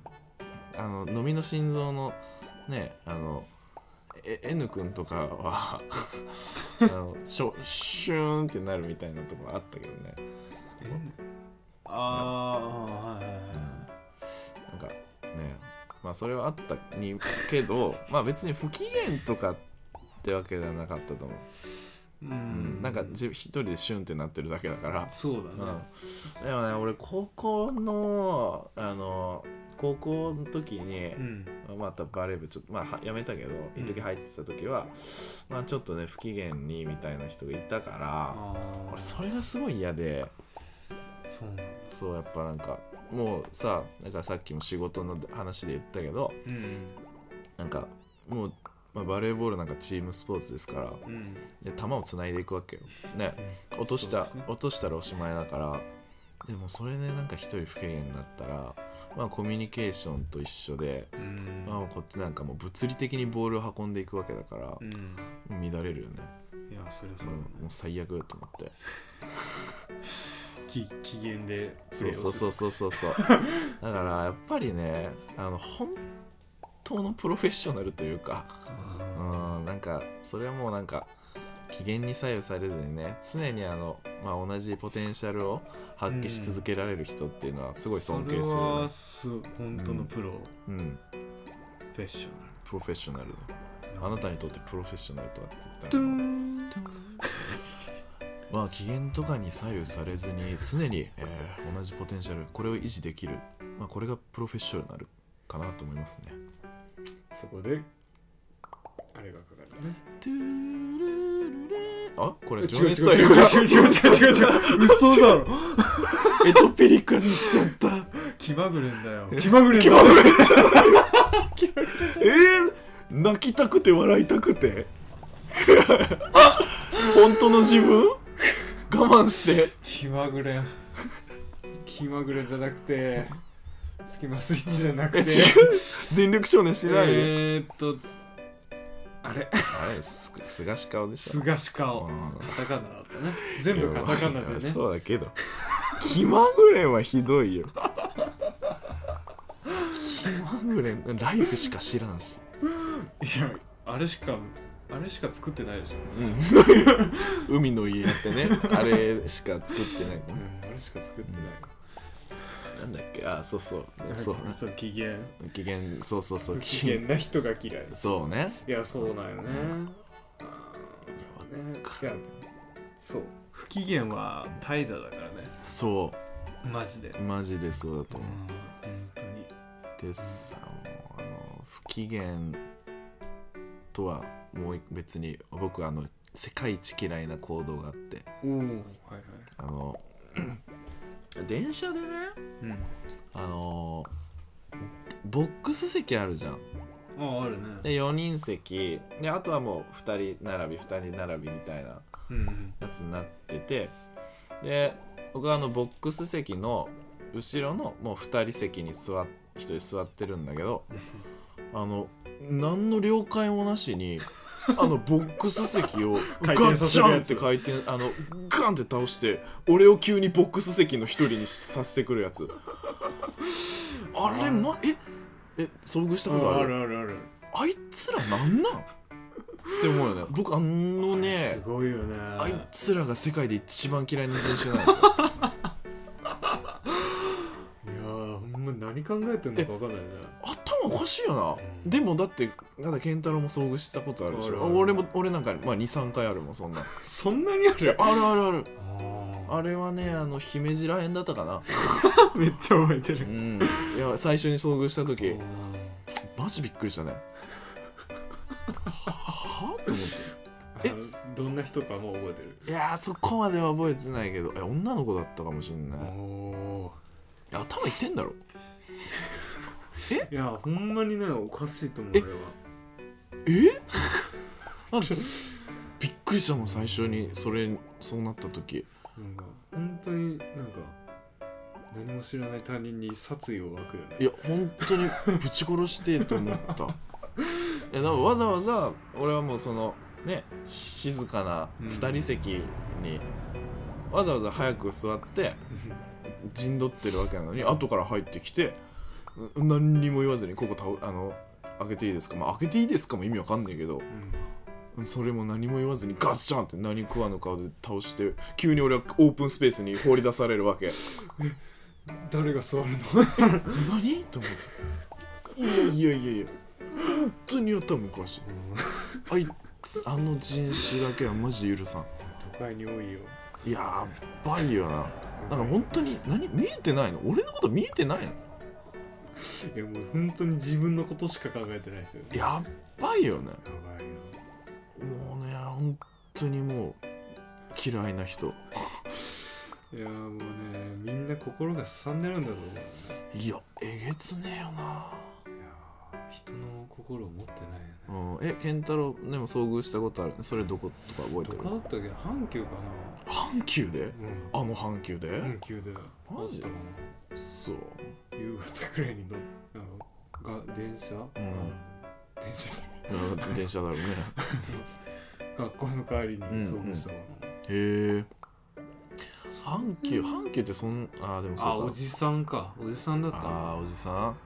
B: あの飲みの心臓のねあのえ N 君とかは あのしょシューンってなるみたいなとこあったけどね
A: えああはいはいは
B: なんかねまあそれはあったにけど まあ別に不機嫌とかってわけではなかったと思う、
A: いうん、
B: うん、なんか自一人でシュンってなってるだけだから
A: そうだね、
B: うん、でもね俺高校のあの高校の時に
A: う、ん
B: またバレー部ちょっとまあはやめたけど
A: うん
B: 一時入ってた時は、まあちょっとね不機嫌にみたいな人がいたから、
A: あ
B: 俺
A: あ
B: それがすごい嫌で
A: そうなんだ
B: そうやっぱなんかもうさなんかさっきも仕事の話で言ったけど
A: うん
B: なんかもう、まあ、バレーボールなんかチームスポーツですから
A: うん
B: で球をつないでいくわけよ。ね落とした、
A: そうですね
B: 落としたらおしまいだからでもそれでなんか一人不機嫌になったら、まあ、コミュニケーションと一緒で、
A: うん
B: まあ、こっちなんかもう物理的にボールを運んでいくわけだから、も
A: うん
B: う乱れるよね、
A: いやそりゃ
B: う
A: そ
B: ん
A: うだね、
B: もう最悪だと思って
A: き機嫌で
B: そうそうそううそうそうそうだからやっぱりねあの本当のプロフェッショナルというかうんなんかそれはもうなんか機嫌に左右されずにね常にあの、まあ、同じポテンシャルを発揮し続けられる人っていうのはすごい尊敬する、
A: それ
B: ね
A: はす本当のプロ、
B: うん、
A: フェッショ
B: プロフェッショナル
A: ナル
B: あなたにとってプロフェッショナルとはって言った
A: トゥ
B: ら
A: ーン
B: まあ機嫌とかに左右されずに常に、えー同じポテンシャルこれを維持できる、まあ、これがプロフェッショナルかなと思いますね
A: そこであれがかかるね
B: トゥルルルあこ
A: 違う違う違う違う違う違う
B: れジョン・エスタイルが
A: 違う嘘だろ
B: エトピリカにしちゃった
A: 気まぐれんだよ気まぐれんだよ
B: えー、泣きたくて笑いたくて 本当の自分我慢して
A: 気まぐれん気まぐれじゃなくてスキマスイッチじゃなく
B: え違
A: て
B: う全力少年しない、
A: えーっとあれ
B: あれすすがし顔でした
A: すがし顔
B: うん
A: カタカナだったね全部カタカナ
B: いや
A: でね
B: そうだけど気まぐれはひどいよ気まぐれライブしか知らんし、
A: いやあれしかあれしか作ってないでしょ
B: 海の家って ねあれしか作ってない、
A: うんあれしか作ってない
B: なんだっけあそうそう
A: そ
B: そうう
A: そう機嫌
B: 機嫌そうそうそう
A: 不機嫌な人が嫌い
B: そうね
A: いやそうなんよね
B: いや
A: ねいやそう不機嫌は怠惰だからね
B: そ
A: マジでうん
B: うマジでそうだと思
A: 本当に
B: ってさもうあの不機嫌とはもう別に僕あの世界一嫌いな行動があって
A: おおはいはい
B: あの 電車でね
A: うん
B: あのボックス席あるじゃん
A: あああるね
B: で4人席であとはもう2人並び2人並びみたいな
A: うん
B: やつになっててで僕はあのボックス席の後ろのもう2人席に座っ1人座ってるんだけ どあの何の了解もなし にあのボックス席をガ
A: 回転
B: ッ
A: させ
B: チ
A: る
B: ャン
A: や
B: っ
A: つ
B: て回転あのガンって倒して俺を急にボックス席の一人にさせてくるやつあれまええ遭遇したことある
A: あ
B: あ
A: るあるある
B: いつらなんなんって思うよね僕あのね
A: すごいよね
B: あいつらが世界で一番嫌いな人種なんですよ
A: いやーほんま何考えてんのか分かんないね
B: 頭おかしいよ
A: うん
B: なでもだってなんだ健太郎も遭遇したことあるでし
A: ある
B: ょ
A: ある
B: 俺も俺なんか、まあ、23回あるもんそんな
A: そんなにある
B: あるあるある
A: あ
B: あれはねあの姫路らへんだったかな
A: あめっちゃ覚えて
B: う
A: る
B: んいや最初に遭遇した時
A: あ
B: マジびっくりしたねはぁと思っえ
A: ーどんな人かもう覚えてる
B: ていやーそこまでは覚えてないけどえ女の子だったかもしんない
A: お
B: いや頭いってんだろ
A: ーいやほんまにねおかしいと思うよ
B: えあびっくりしたもん最初にそれそうなった時
A: なんか本当になんか何も知らない他人に殺意を湧くよね
B: いや本当にぶち殺してえと思ったいやだからわざわざ俺はもうそのね静かな
A: うん
B: 2人席にわざわざ早く座って陣取ってるわけなのに後から入ってきてう何にも言わずに「ここ倒あの開けていいですか?」まあ開けていいですかも意味わかんないけどそれも何も言わずにガッチャンって何食わぬ顔で倒して急に俺はオープンスペースに放り出されるわけ
A: 誰が座るの
B: 何と思っていやいやいやいや本当に頭おかしいあいつあの人種だけはマジで許さ
A: 都会に多いよ
B: んやっばいよななんか本当に何見えてないの俺のこと見えてないの
A: いやもう本当に自分のことしか考えてないですよや
B: やっばいよね
A: ばいよ
B: もうね本当にもう嫌いな人
A: いやもうねみんな心がすさんでるんだと思うね
B: いやえげつねえよない
A: や人の心を持ってないよね
B: うんえ健太郎でも遭遇したことあるそれどことか覚
A: ど
B: えて
A: こだ
B: る
A: ったっけ阪急か
B: 阪急で
A: なうん
B: あの阪急で、
A: 阪急で
B: マジ
A: あったか
B: そう
A: な夕方くらいに乗っあのが電車、
B: ん
A: あ電車じゃない
B: うん電車だろうね
A: 学校の帰りに遭遇したかな、
B: へえ阪急阪急ってそんあでもそうか
A: あおじさんかおじさんだったな
B: あーおじさん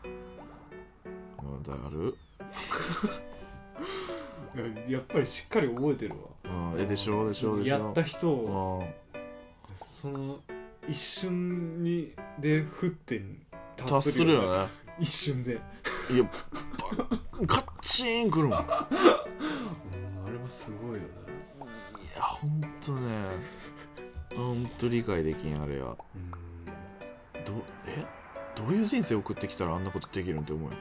B: うんだる
A: いややっぱりしっかり覚えてる
B: うん
A: わ
B: えでしょでしょでしょ
A: やった人
B: う
A: を
B: ん
A: その一瞬にで降って
B: 達する
A: ね
B: よね
A: 一瞬で
B: いやバカッチーンくるもん
A: う
B: いや
A: んあれもすごいよね
B: ほんとねほんと理解できんあれは
A: うん
B: どえどういう人生送ってきたらあんなことできるんって思うよ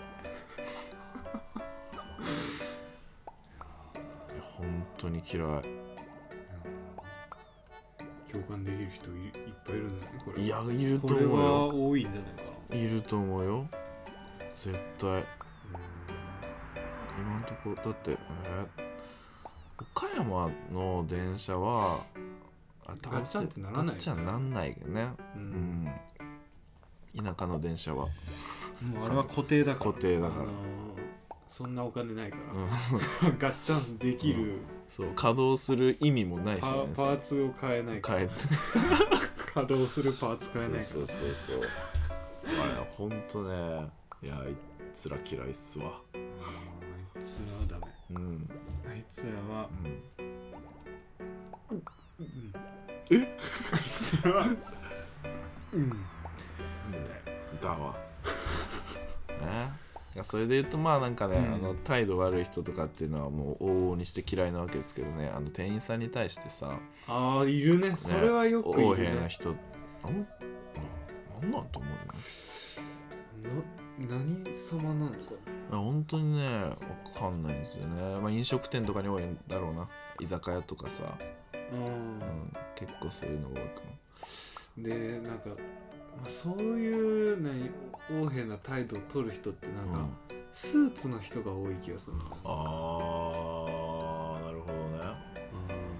B: いや本当に嫌い
A: 共感できる人いいっぱいいるんだねこれ
B: いやいると
A: これ
B: 思う
A: は
B: よ
A: 多いんじゃないか
B: いると思うよ絶対
A: な
B: 今んとこだってえー岡山の電車はあ
A: ガッチャンってならないよね
B: ガッチャンなんないよね
A: う、
B: うんん田舎の電車は
A: もうあれは固定だから
B: 固定だから
A: あのーそんなお金ないか
B: うん
A: ら、 ガッチャンできる、
B: そう稼働する意味もないし
A: パ
B: ね
A: パーツを変えないから
B: 帰って
A: 稼働するパーツ変えないから
B: そうそうそうそうあれほんとねいやあいつら嫌いっすわ
A: あいつらはダメ
B: うん、うん、
A: あいつらは、うん、
B: え
A: あいつらは うん
B: だわ ねいやそれで言うとまあなんかね、
A: うん
B: あの態度悪い人とかっていうのはもう往々にして嫌いなわけですけどねあの店員さんに対してさ
A: ああいるねそれはよくい
B: 横
A: る
B: 柄な
A: ね
B: 人なんなんなんと思うよね
A: な何様なのか
B: いや本当にねわかんないんですよね、まあ、飲食店とかに多いんだろうな居酒屋とかさ、
A: うん
B: うん、結構そういうの多いかも
A: でなんか、まあ、そういう何横柄な態度を取る人ってなんか、
B: うん
A: スーツの人が多い気がするな、
B: あーなる
A: う
B: ほ
A: ん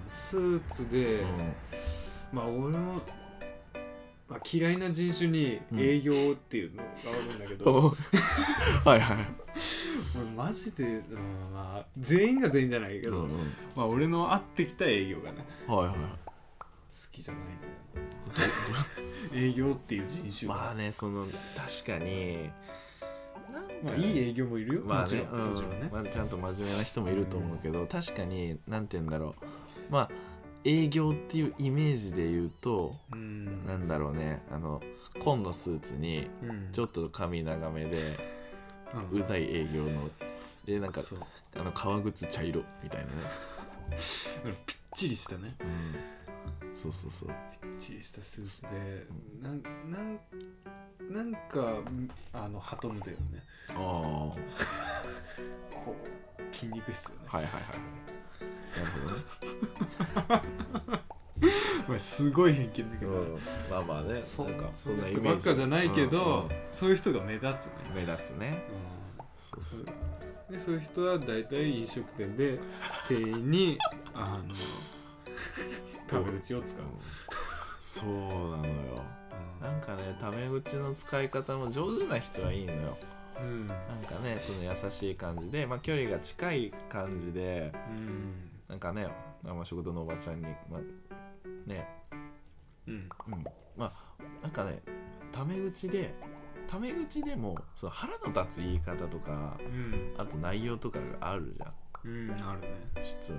A: スーツで、
B: どね、
A: まあ俺も、まあ、嫌いな人種に
B: うん
A: 営業っていうのがあるんだけ
B: うん、
A: ど、
B: お はいはい
A: 俺マジで、うんまあ、全員が全員じゃないけ
B: うん
A: ど、
B: うん
A: まあ俺の合ってきた営業がね
B: はいはい
A: 好きじゃないんだよな営業っていう人種が、
B: まあねその確かになんかね
A: まあいい営業もいるよ、
B: まあ
A: もち
B: ね
A: ろん、もちろん
B: う
A: ね
B: ん、まあ、ちゃんと真面目な人もいると思うけど、確かに何て言うんだろうまあ営業っていうイメージで言うと
A: うん
B: なんだろうねあの紺のスーツに
A: うん
B: ちょっと髪長めで
A: うん
B: うざい営業のでなんか
A: そう
B: あの革靴茶色みたいなね、
A: ぴっちりしたね
B: うん、そうそうそう
A: ぴっちりしたスーツでなんなんなんかうんあのハトムだよね
B: ああ
A: こう筋肉質よ ね、
B: はいはいはい。なるほどね。
A: まあすごい偏見だけど、
B: まあまあね、
A: そう
B: なんか
A: そんな人ばっかじゃないけど、そういう人が目立つね、
B: うんうん目立つね。そうそう。
A: でそういう人は大体飲食店で店員にあ のタメ口を使う、
B: そうなのよ。なんかね、タメ口の使い方も上手な人はいいのよ。
A: うん
B: なんかね、その優しい感じで、まあ距離が近い感じで、
A: うん
B: なんかね、まあ食堂のおばちゃんに、まあね、
A: うん
B: うん、まあなんかね、タメ口で、タメ口でもその腹の立つ言い方とか、
A: うん
B: あと内容とかがあるじゃん。
A: うんあるね
B: ちょっ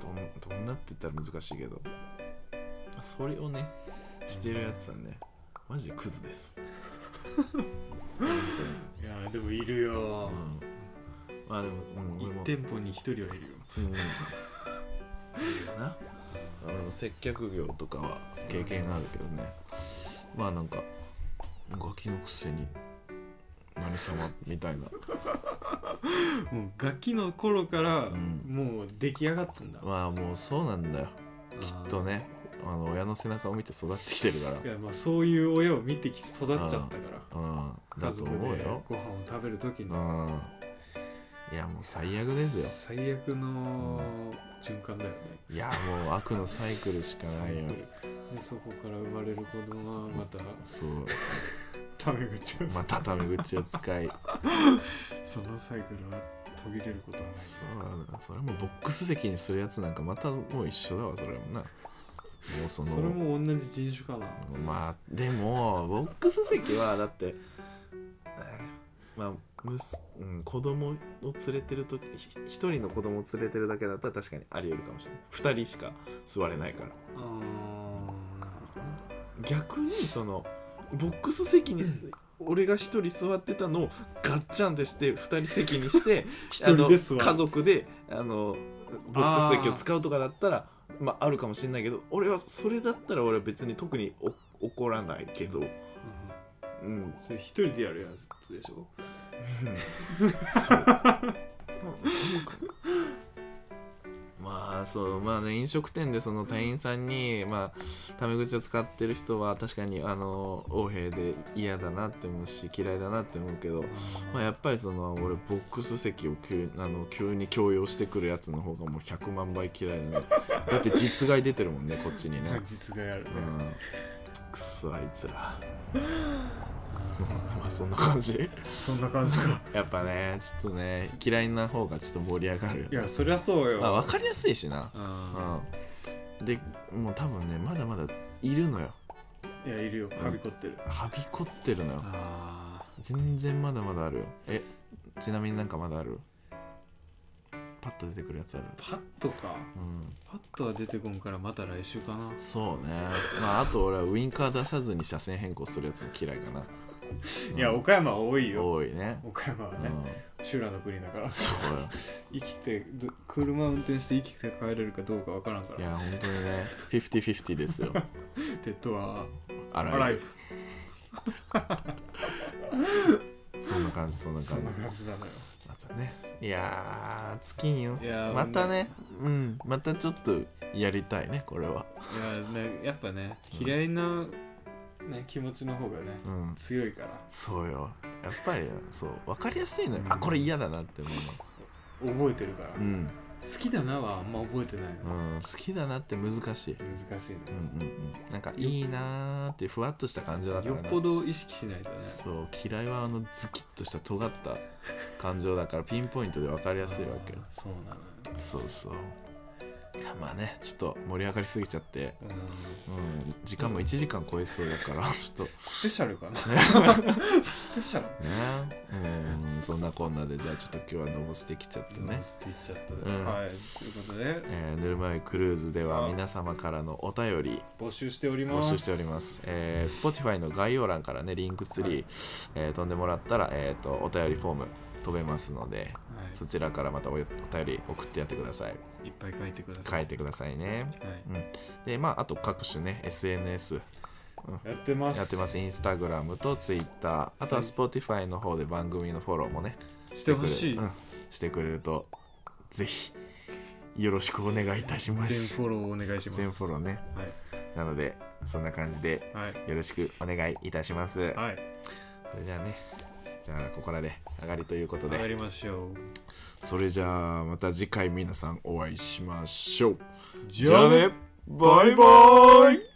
B: とどんどんなって言ったら難しいけどそれをねしてるやつはねマジでクズです、
A: いやでもいる
B: う
A: よ、
B: ん、まあでも、うん、
A: 一
B: 俺も
A: 店舗に一人はいるよ
B: うんうんいいよな俺も接客業とかは経験があるけどねまあなんかガキのくせに何様みたいな
A: もう楽器の頃から
B: ん
A: もう出来上がったんだ、
B: まあもうそうなんだよきっとねあの親の背中を見て育ってきてるか
A: いやまあそういう親を見てきて育っちゃったから
B: らうんだ
A: 家
B: と
A: 族
B: 思う
A: で
B: よ
A: ご飯を食べる時に
B: うんいやもう最悪ですよ
A: 最悪の循環だよね
B: いやもう悪のサイクルしかない
A: サイ
B: よ
A: クルでそこから生まれる子供はまた
B: そう
A: タメ口をす
B: ま
A: る
B: たタメ口を使い
A: そのサイクルは途切れることはない
B: そうなんだそれもボックス席にするやつなんかまたもう一緒だわそれもなもうそ
A: そ
B: の
A: れも同じ人種かな
B: まあでもボックス席はだってまあむすうん、子供を連れてる時ひ一人の子供を連れてるだけだったら確かにあり得るかもしれない二人しか座れないから
A: あーなるほどね
B: 逆にそのボックス席に俺が一人座ってたのをガッチャンってして二人席にして
A: 一人で座
B: あ
A: る
B: の家族であのボックス席を使うとかだったらまああるかもしれないけど俺はそれだったら俺は別に特にお怒らないけど、
A: うん
B: うん、
A: それ一人でやるやつでしょ
B: そう。 まあそうまあね飲食店でその店員さんにまあタメ口を使ってる人は確かにあの横柄で嫌だなって思うし嫌いだなって思うけど、まあ、やっぱりその俺ボックス席を急あの急に強要してくるやつの方がもう100万倍嫌いだねだって実害出てるもんねこっちにね、
A: 実がやるね
B: うん、くそあいつらまあそんな感じ
A: そんな感じか
B: やっぱねちょっとね嫌いな方がちょっと盛り上がるよ
A: いやそりゃそうよ
B: まあ分かりやすいしな、
A: あ
B: うん、でもう多分ねまだまだいるのよ
A: ーいやいるよはびこってる
B: はびこってるのよ
A: あ
B: 全然まだまだあるよえちなみになんかまだあるパッと出てくるやつある
A: ーパッとか
B: うん
A: パッとは出てこんからまた来週かな
B: そうねまああと俺はウインカー出さずに車線変更するやつも嫌いかな、うん
A: いや岡山は多いよ
B: 多いね
A: 岡山は
B: う
A: ね
B: ん、
A: 修羅の国だから
B: そうよ
A: 生きてど車運転して生きて帰れるかどうかわからんか
B: い
A: ら
B: や本当にね50-50です よ
A: テッドは
B: あ
A: ア
B: ら
A: ラ
B: ゆ
A: イ
B: る
A: ブ
B: そんな感じそんな
A: そ
B: 感
A: ん
B: じ
A: な感じなのよ
B: またねいやー尽きんよ
A: いやー
B: またねうんまたちょっとやりたいねこれはい
A: やねやっぱね嫌いなね気持ちの方がね
B: うん
A: 強いから
B: そうよやっぱりそう分かりやすいのよ、
A: うん
B: あこれ嫌だなって思
A: 覚えてるから
B: ううん、
A: 好きだなはあんま覚えてないの
B: うん、好きだなって難しい
A: 難しいね
B: うんうんうんなんかいいなーってふわっとした感じだから
A: よ
B: な
A: っぽど意識しないとね
B: そう嫌いはあのズキッとした尖った感情だからピンポイントで分かりやすいわけよ
A: あーそうなのよ
B: そうそういやまあねちょっと盛り上がりすぎちゃって
A: うん
B: うん、時間も1時間超えそうだから、ちょっ
A: スペシャルか なスペシャル
B: とね、うん、そんなこんなで、じゃあちょっと今日はのぼせてきちゃってね
A: ね。スティしちゃった
B: うん
A: ねはいということで
B: えー、ぬるま湯クルーズでは
A: あ
B: 皆様からのお便り
A: 募集しておりま
B: 募
A: す
B: 集しております。えー、Spotify の概要欄からね、リンクツリー、えー飛んでもらったら、えーと、お便りフォーム飛べますので、そ
A: は
B: ちらからまたおお便り送ってやってください。
A: いいっぱい書いてくだ
B: 書
A: さい
B: いてくださいね。
A: はい
B: うん。で、まあ、あと各種ね、SNS、
A: やってます
B: やってます。インスタグラムとツイッター、あとは Spotify の方で番組のフォローもね、
A: し
B: して
A: ほしい
B: うん、してくれると、ぜひ、よろしくお願いいたします。
A: 全フォローお願いします
B: 全フォローね。
A: はい
B: なので、そんな感じで、
A: はい
B: よろしくお願いいたします。
A: はい
B: それじゃあね、じゃあ、ここらで上がりということ
A: 上が
B: で、
A: りましょう
B: それじゃあ、また次回皆さんお会いしましょう。
A: じゃあね
B: バイバイ